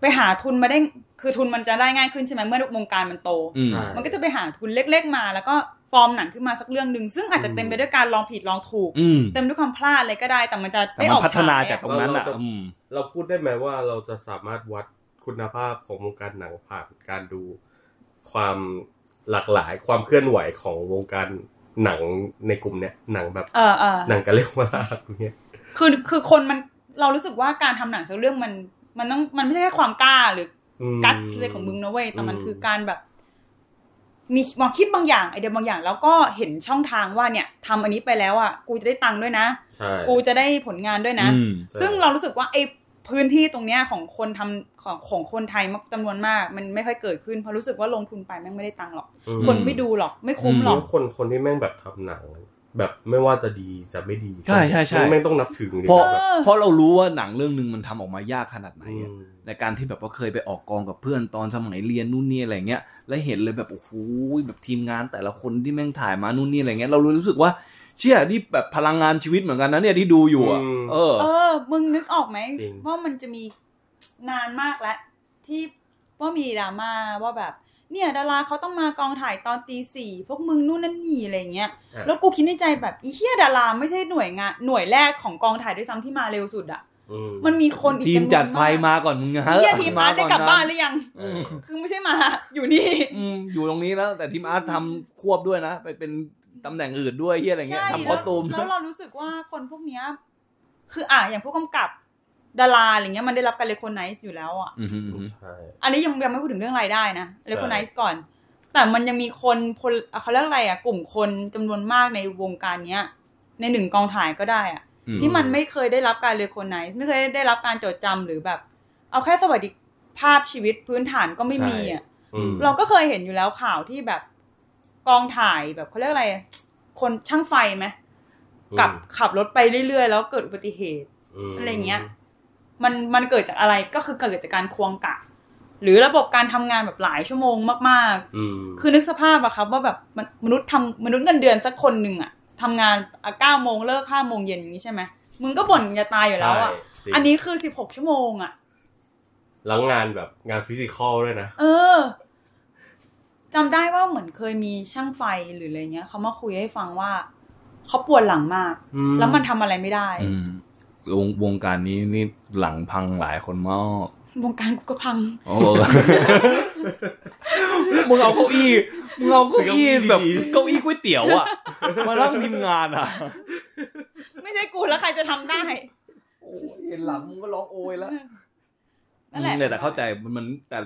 ไปหาทุนมาได้คือทุนมันจะได้ง่ายขึ้นใช่ไหมเมื่อวงการมันโต
อืม
ใช่
มันก็จะไปหาทุนเล็ก ๆ มา แล้วก็ฟอร์มหนังขึ้นมาสักเรื่องหนึ่งซึ่งอาจจะเต็มไปด้วยการลองผิดลองถูก
อืม
เต็มด้วยความพลาดอะไรก็ได้แต่มันจะ
แต่
ไม่
มั
อน อก
พัฒนา
ฉย
จากตรงนั้นอ่ะ
เราจะ
อืม
เราพูดได้ไหมว่าเราจะสามารถวัดคุณภาพของวงการหนังผ่านการดูความหลากหลายความเคลื่อนไหวของวงการหนังในกลุ่มเนี้ยหนังแบบ
เออเออ
หนังกันเรียกว่าลาบเงี้ย
คือคือคนมันเรารู้สึกว่าการทำหนังสักเรื่องมัน มันต้องมันไม่ใช่แค่ความกล้าหรืออ
ม
กัดอะไรของมึงนะเว้ยแต่มัน
อืม
คือการแบบ มีมองคิดบางอย่างไอเดียบางอย่าง แล้วก็เห็นช่องทางว่าเนี่ยทำอันนี้ไปแล้วอ่ะกูจะได้ตังค์ด้วยนะ
ใช่
กูจะได้ผลงานด้วยนะ
อืม
ซึ่งเรารู้สึกว่าไอพื้นที่ตรงเนี้ยของคนทำของของคนไทยมากจำนวนมาก มันไม่ค่อยเกิดขึ้นเพราะรู้สึกว่าลงทุนไปแม่งไม่ได้ตังค์หรอก
อืม
คนไม่ดูหรอก ไม่คุ้มหร
แล้
อ
ว
ก
คนคนที่แม่งแบบทำหนัง แบบไม่ว่าจะดีจะไม่ดี
ใช่ใช่ใช่
แม่งแม่งต้องนับถือเลย
เพราะ
แบบ
เพราะเรารู้ว่าหนังเรื่องหนึ่งมันทำออกมายากขนาดไหน
อื
อะ
ม
ในการที่แบบว่าเคยไปออกกองกับเพื่อนตอนสมัยเรียนนู่นนี่อะไรเงี้ย แล้วเห็นเลยแบบโอ้โหแบบทีมงานแต่ละคนที่แม่งถ่ายมานู่นนี่อะไรเงี้ย เรารู้สึกว่าเชี่ยนี่แบบพลังงานชีวิตเหมือนกันนะเนี่ยที่ดูอยู่อะ
อืม
เออ
เออ มึงนึกออกไหม
จริง
ว่ามันจะมีนานมากแล้ว ที่ว่ามีดราม่าว่าแบบ เนี่ยดาราเขาต้องมากองถ่ายตอนตีสี่พวกมึงนู่นนั่นนี่อะไรเงี้ย
อ่ะ
แล้วกูคิดในใจแบบอีเฮียดาราไม่ใช่หน่วยงานหน่วยแรกของกองถ่ายด้วยซ้ำที่มาเร็วสุดอะ
อืม
มันมีคนอีก
ทีม
จำนวน
จัดไฟ
มาก
มาก่อนมึงนะ
เฮีย ทีมอาร์ตได้กลับบ้านห
เลย
รือยัง
เออ
คือไม่ใช่มา อยู่นี่
อยู่ตรงนี้แล้วแต่ทีมอาร์ตทำควบด้วยนะ ไปเป็นตำแหน่งอื่นด้วยเฮียอะไรเงี้ย
ใช่
ทำค
แล้
อ
ว
สตูม
แล้วเรารู้สึกว่าคนพวกเนี้ยคืออ่ะอย่างผู้กำกับดาราอะไรเงี้ยมันได้รับการเลคอนไนซ์อยู่แล้วอะ
อืมอืมอืม
ใช่
อันนี้ยังยังไม่พูดถึงเรื่องรายได้นะเรียกคนไน
ใช่
ซ์ก่อน แต่มันยังมีคนพลเขาเรียกอะไรอ่ะ กลุ่มคนจำนวนมากในวงการเนี้ย ในหนึ่งกองถ่ายก็ได้อะ
อื
ที่มันไม่เคยได้รับการเรคคนไนซ์ไม่เคยได้รับการจดจำหรือแบบ เอาแค่สวัสดิภาพชีวิตพื้นฐานก็ไม่มีอ่ะ
อืม
เราก็เคยเห็นอยู่แล้วข่าวที่แบบกองถ่ายแบบเขาเรียกอะไร คนช่างไฟไหมกับขับรถไปเรื่อยๆ แล้วเกิดอุบัติเหตุ
ม
อะไรเงี้ย มันมันเกิดจากอะไรก็คือเกิดจากการควงกะ หรือระบบการทำงานแบบหลายชั่วโมงมากๆ
อืม
คือนึกสภาพอะครับว่าแบบมันมนุษย์ทำมนุษย์เงินเดือนสักคนหนึ่งอะทำงานเก้าโมงเลิกห้าโมงเย็นอย่างนี้ใช่ไหมมึงก็บ่นจะตายอยู่แล้วอะ
ใช่จริง
อันนี้คือสิบหกชั่วโมงอะ
แล้วงานแบบงานฟิสิกอลด้วยนะ
เออจำได้ว่าเหมือนเคยมีช่างไฟหรืออะไรเงี้ยเขามาคุยให้ฟังว่าเขาปวดหลังมาก
อืม
แล้วมันทำอะไรไม่ได้
อืมวงวงการนี้นี่หลังพังหลายคนมาก
วงการกูก็พัง
โอ้โห มึงเอาเก้าอี้มึงเอาเก้าอี้ แบบ
ดี
เก้าอี้ก๋วยเตี๋ยวอ่ะ มานั่งพิมพ์งานอ่ะ
ไม่ใช่กูแล้วใครจะทำได้
เห็นหลังมึงก็ร้องโอยแล้ว
นั่นแหละ
แต่เข้าใจมันมันแต่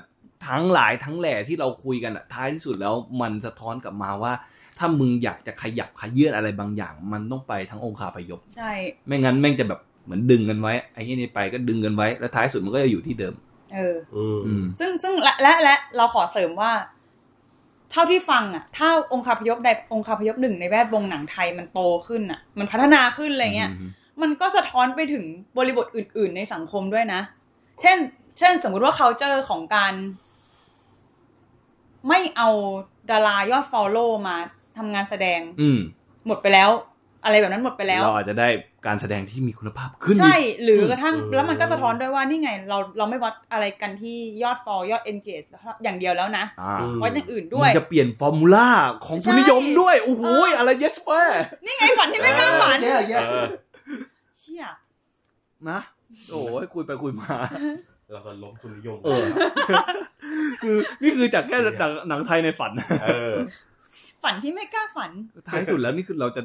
ทั้งหลายทั้งแหล่ที่เราคุยกันอะท้ายที่สุดแล้วมันสะท้อนกลับมาว่า ถ้ามึงอยากจะขยับขยื่นอะไรบางอย่าง มันต้องไปทั้งองคาพยพ
ใช่
ไม่งั้นแม่งจะแบบเหมือนดึงกันไว้ไอ้เงี้ยนี่ไปก็ดึงกันไว้ แล้วท้ายสุดมันก็จะอยู่ที่เดิม
เออ
อืม
อืม
ซึ่งซึ่งและและและเราขอเสริมว่า เท่าที่ฟังอ่ะ ถ้าองค์คาพยพใดองค์คาพยพหนึ่งในแวดวงหนังไทยมันโตขึ้นอ่ะ มันพัฒนาขึ้นอะไรเงี้ยมันก็สะท้อนไปถึงบริบทอื่น ๆ ในสังคมด้วยนะ เช่น เช่น สมมุติว่า culture ของการ ไม่เอาดารายอด follow มาทำงานแสดง
อืม
หมดไปแล้ว อะไรแบบนั้นหมดไปแล้ว
เราอาจจะได้การแสดงที่มีคุณภาพขึ้นอี
ใช่
ก
หรือกระทั่ง
อืม
แล้วมันก็สะท้อนด้วยว่านี่ไง เราเราไม่วัดอะไรกันที่ยอด follow ยอด engage อย่างเดียวแล้วนะ
อ่า
อืม
วัดอย่างอื่นด้
มั
วย
นจะเปลี่ยนฟอร์มูล่าของทุนนิยมด้วยโอ้โห
เอออ
อะไรเยสเปอร์
นี่ไงฝันที่ไม่กล้าฝัน
แย่แย่
เออ
เชี่ย
นะโอ้ยคุยไปคุยมา
เราจะล้มทุนนิยม
เออ คือนี่คือจากแค่หนังหนังไทยในฝัน
เออ
ฝันที่ไม่กล้าฝัน
ท้ายสุดแล้วนี่คือเราจะ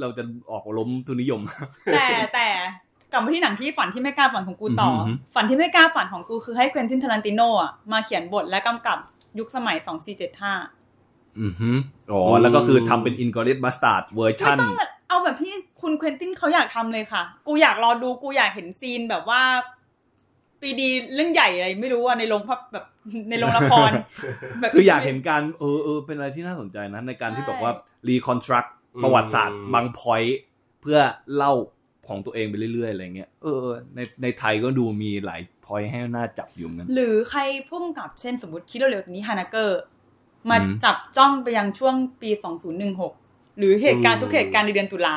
เราจะออกล้มทุนนิยม
แต่แต่กลับมาที่หนังที่ฝันที่ไม่กล้าฝันของกูต่ออ
อหือ
ฝันที่ไม่กล้าฝันของกูคือให้เควินตินทารันติโนอ่ะมาเขียนบทและกำกับยุคสมัย 2475
อือฮึอ๋อแล้วก็คือทำเป็นอินกอริทบัสตาร์ดเวอร์
ไม่
ชัน
ต้องเอาแบบที่คุณเควินตินเขาอยากทำเลยค่ะ กูอยากรอดูกูอยากเห็นซีนแบบว่าปรีดีเรื่องใหญ่อะไรไม่รู้อ่ะในโรงภาพแบบในโรงละค ร แบบ
คืออยากเห็นการเออเออเป็นอะไรที่น่าสนใจนะ ในการที่บอกว่ารีคอนสตรัก
อืม
ประวัติศาสตร์บางพอยต์เพื่อเล่าของตัวเองไปเรื่อยๆ อะไรเงี้ยเออเออในในไทยก็ดูมีหลายพอยต์ให้น่าจับอยู่เหมือนกัน
หรือใครพุ่มกับเช่นสมมติคิดเร็วๆนี้ฮานาเกอร์มา
อืม
จับจ้องไปยังช่วงปี 2016 หรือเหตุการณ์
อืม
ทุกเหตุการณ์ในเดือนตุลา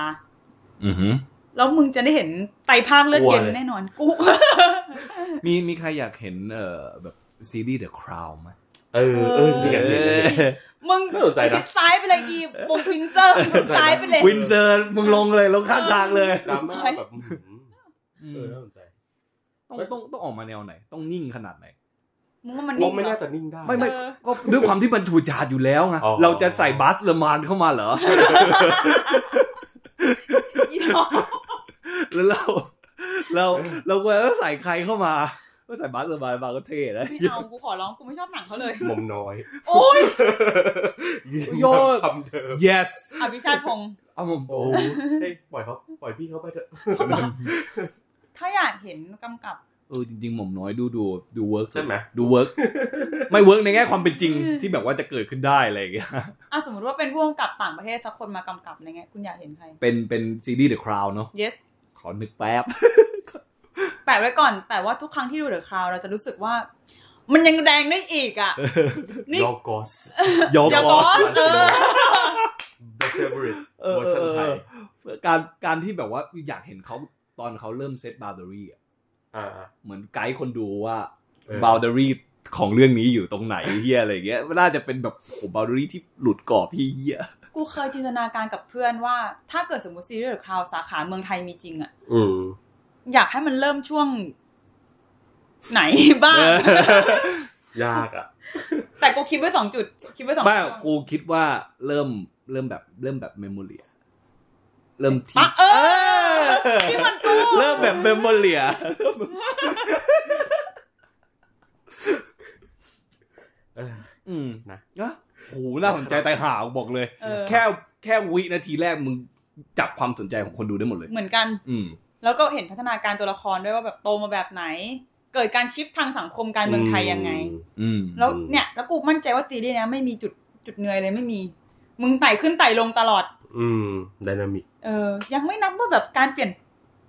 อือฮึ
แล้วมึงจะได้เห็นไตรภาคเลือดเย็
ก
น
ลัวเลย
แน่นอนกู
มีมีใครอยากเห็นเอ่อแบบซีรีส์ The Crown ไหม
เออเออจริงอ่ะจริงอ่ะจริงอ่ะ
มึง
น่าสนใจนะ
ชิดซ้ายไปเลยอีวงควินเซอร์มึงชิดซ้ายไปเลย
วินเซอร์มึงลงเลยลงข้างทางเลย
ดราม่าแบบอื้อหือเออน่าสนใจ
ต้องต้องต้องออกมาแนวไหน ต้องนิ่งขนาดไหน
มึงว่ามัน
ว
นิ่
ง
ง
ไม่
เหร
น่า
อ
จะนิ่งได้
ไม่ไม่
เออ
ก็ด้วยความที่มันถูกจาดอยู่แล้วไง
อ๋อ
เราจะใส่บัสเลอมานเข้ามาเหรอ
อีหนอ
แล้วเราเราเราควรจะใส่ใครเข้ามา ก็ใส่บัสเลอมานมาก็เท่นะ
ไม่เอากูขอร้องกูไม่ชอบหนังเขาเลย
หมอมน้อย
โอ้ย
โยนคำเดิม
yes
อภิชาติพงศ์
เอาผม
โอ้ยปล่อยเขาปล่อยพี่เขาไปเถอะ
ถ้าอยากเห็นกำกับ
เออจริงๆหม่อมน้อยดูดูดูเวิร์ก
ใช่ไหม
ดูเวิร์กไม่เวิร์กในแง่ความเป็นจริงที่แบบว่าจะเกิดขึ้นได้อะไรอย่างเงี้ย
อ่ะสมมติว่าเป็นผู้กำกับต่างประเทศสักคนมากำกับอะไรเงี้ยคุณอยากเห็นใคร
เป็นเป็นซีรีส์ The Crown เนาะ
yes
ขอนึกแป๊บ
แปะไว้ก่อน แต่ว่าทุกครั้งที่ดูเดอะคราวเราจะรู้สึกว่า มันยังแดงได้อีกอ่ะ นี่
ยอกอส
ยอม
เดี๋ยว
ก่
ก่
อ
อน นเออ
The Favorite
เออ
เวอร์ชันไทย
เออ การการที่แบบว่าอยากเห็นเขาตอนเขาเริ่มเซตบาร์เดอรี่อะ
อ่า
เหมือนไกด์คนดูว่า
เออ
บ o u เดอรี่ของเรื่องนี้อยู่ตรงไหน เฮียอะไรอย่างเงี้ยน่าจะเป็นแบบโอ้บาวเดอรี่ที่หลุดกรอบที่เฮีย
กูเคยจินตนาการกับเพื่อนว่า ถ้าเกิดสมมติซีรีส์เดอะคราวสาขาเมืองไทยมีจริงอ่ะ
อืม
อยากให้มันเริ่มช่วง ไหน บ้าง
ยากอ่ะ
แต่กูคิดไว้สองจุด คิดไว้สอง
บ้า
ช่วง
กูคิดว่าเริ่มเริ่มแบบเริ่มแบบเมมโมเรียเริ่มที่
ปะเออที่มันกู
เริ่มแบบเมมโมเรีย
เออ
อืม
นะ
นะโหน่าสนใจตายหาบอกเลย
เออ
แค่แค่วินาทีแรกมึง จับความสนใจของคนดูได้หมดเลย
เหมือนกัน
อืม
แล้วก็เห็นพัฒนาการตัวละครด้วยว่าแบบโตมาแบบไหน เกิดการชิฟทางสังคมการเมืองไทยยังไง
อืม
แล้วเนี่ย แล้วกูมั่นใจว่าซีรีส์เนี้ยไม่มีจุดจุดเนยเลยไม่มี มึงไต่ขึ้นไต่ลงตลอด
อืมดินามิก
เออ ยังไม่นับว่าแบบการเปลี่ยน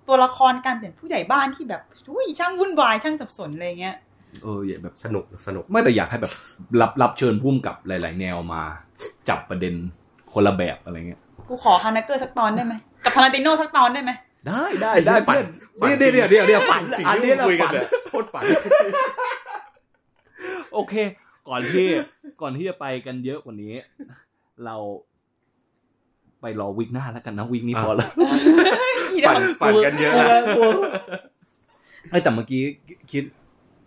ตัวละครการเปลี่ยนผู้ใหญ่บ้านที่แบบอุ้ยช่างวุ่นวายช่างสับสนอะไรเงี้ย
เอออย่าแบบ
สนุกสนุก
ไม่แต่อยากให้แบบรับรับเชิญพุ่มกับหลาย ๆ แนวมา จับประเด็นคนละแบบอะไรเงี้ย
กูขอฮานาเกอร์สักตอนได้ไหมกับทาราติโน่สักตอนได้ไหม
ได้ได้ได้
ฝัน
เพื่อน
ฝัน
เนี่ยเนี่ยเนี่ยเนี่ยฝัน
สิ่งที่
อันนี้เรา
คุยกั
ฝั
น
น
เนี่ย
โคตรฝัน โอเค ก่อนที่ก่อนที่จะไปกันเยอะกว่านี้ เราไปรอวิกหน้าแล้วกันนะวิกนี้พอแล้ว
อีดอ
ฝัน
ม
ฝันกันเยอะนะ
กลัวเอ้ยแต่เมื่อกี้คิด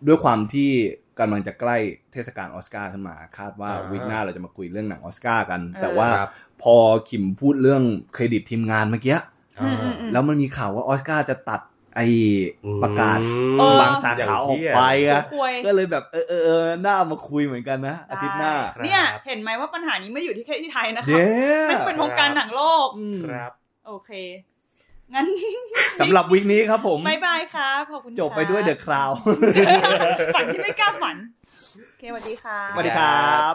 ด้วยความที่กำลังจะใกล้เทศกาลออสการ์ขึ้นมา คาดว่า
อ่า
วิกหน้าเราจะมาคุยเรื่องหนังออสการ์กัน แต่ว่า
ครับ
พอขิมพูดเรื่องเครดิตทีมงานเมื่อกี้
อืมอืมอืม
แล้วมันมีข่าวว่าออสการ์จะตัดไอ
อืม
ประกาศ
เออ
บางสาขาออกไป
กู
อะ
คุย
ก็เลยแบบเออเออเออน่ามาคุยเหมือนกันนะอาทิตย์หน้า
ได้เนี่ย เห็นไหมว่าปัญหานี้ไม่ได้อยู่ที่แค่ที่ไทยนะคะ
เย้
มันเป็นวงการหนังโลก
อืม
ครับ
โอเค งั้น
สำหรับวิกนี้ครับผม
บายบายครับขอบคุณ
จบไปด้วยเดอะคราว
ฝันที่ไม่กล้าฝัน โอเคสวัสดีค่ะ
สวัสดีครับ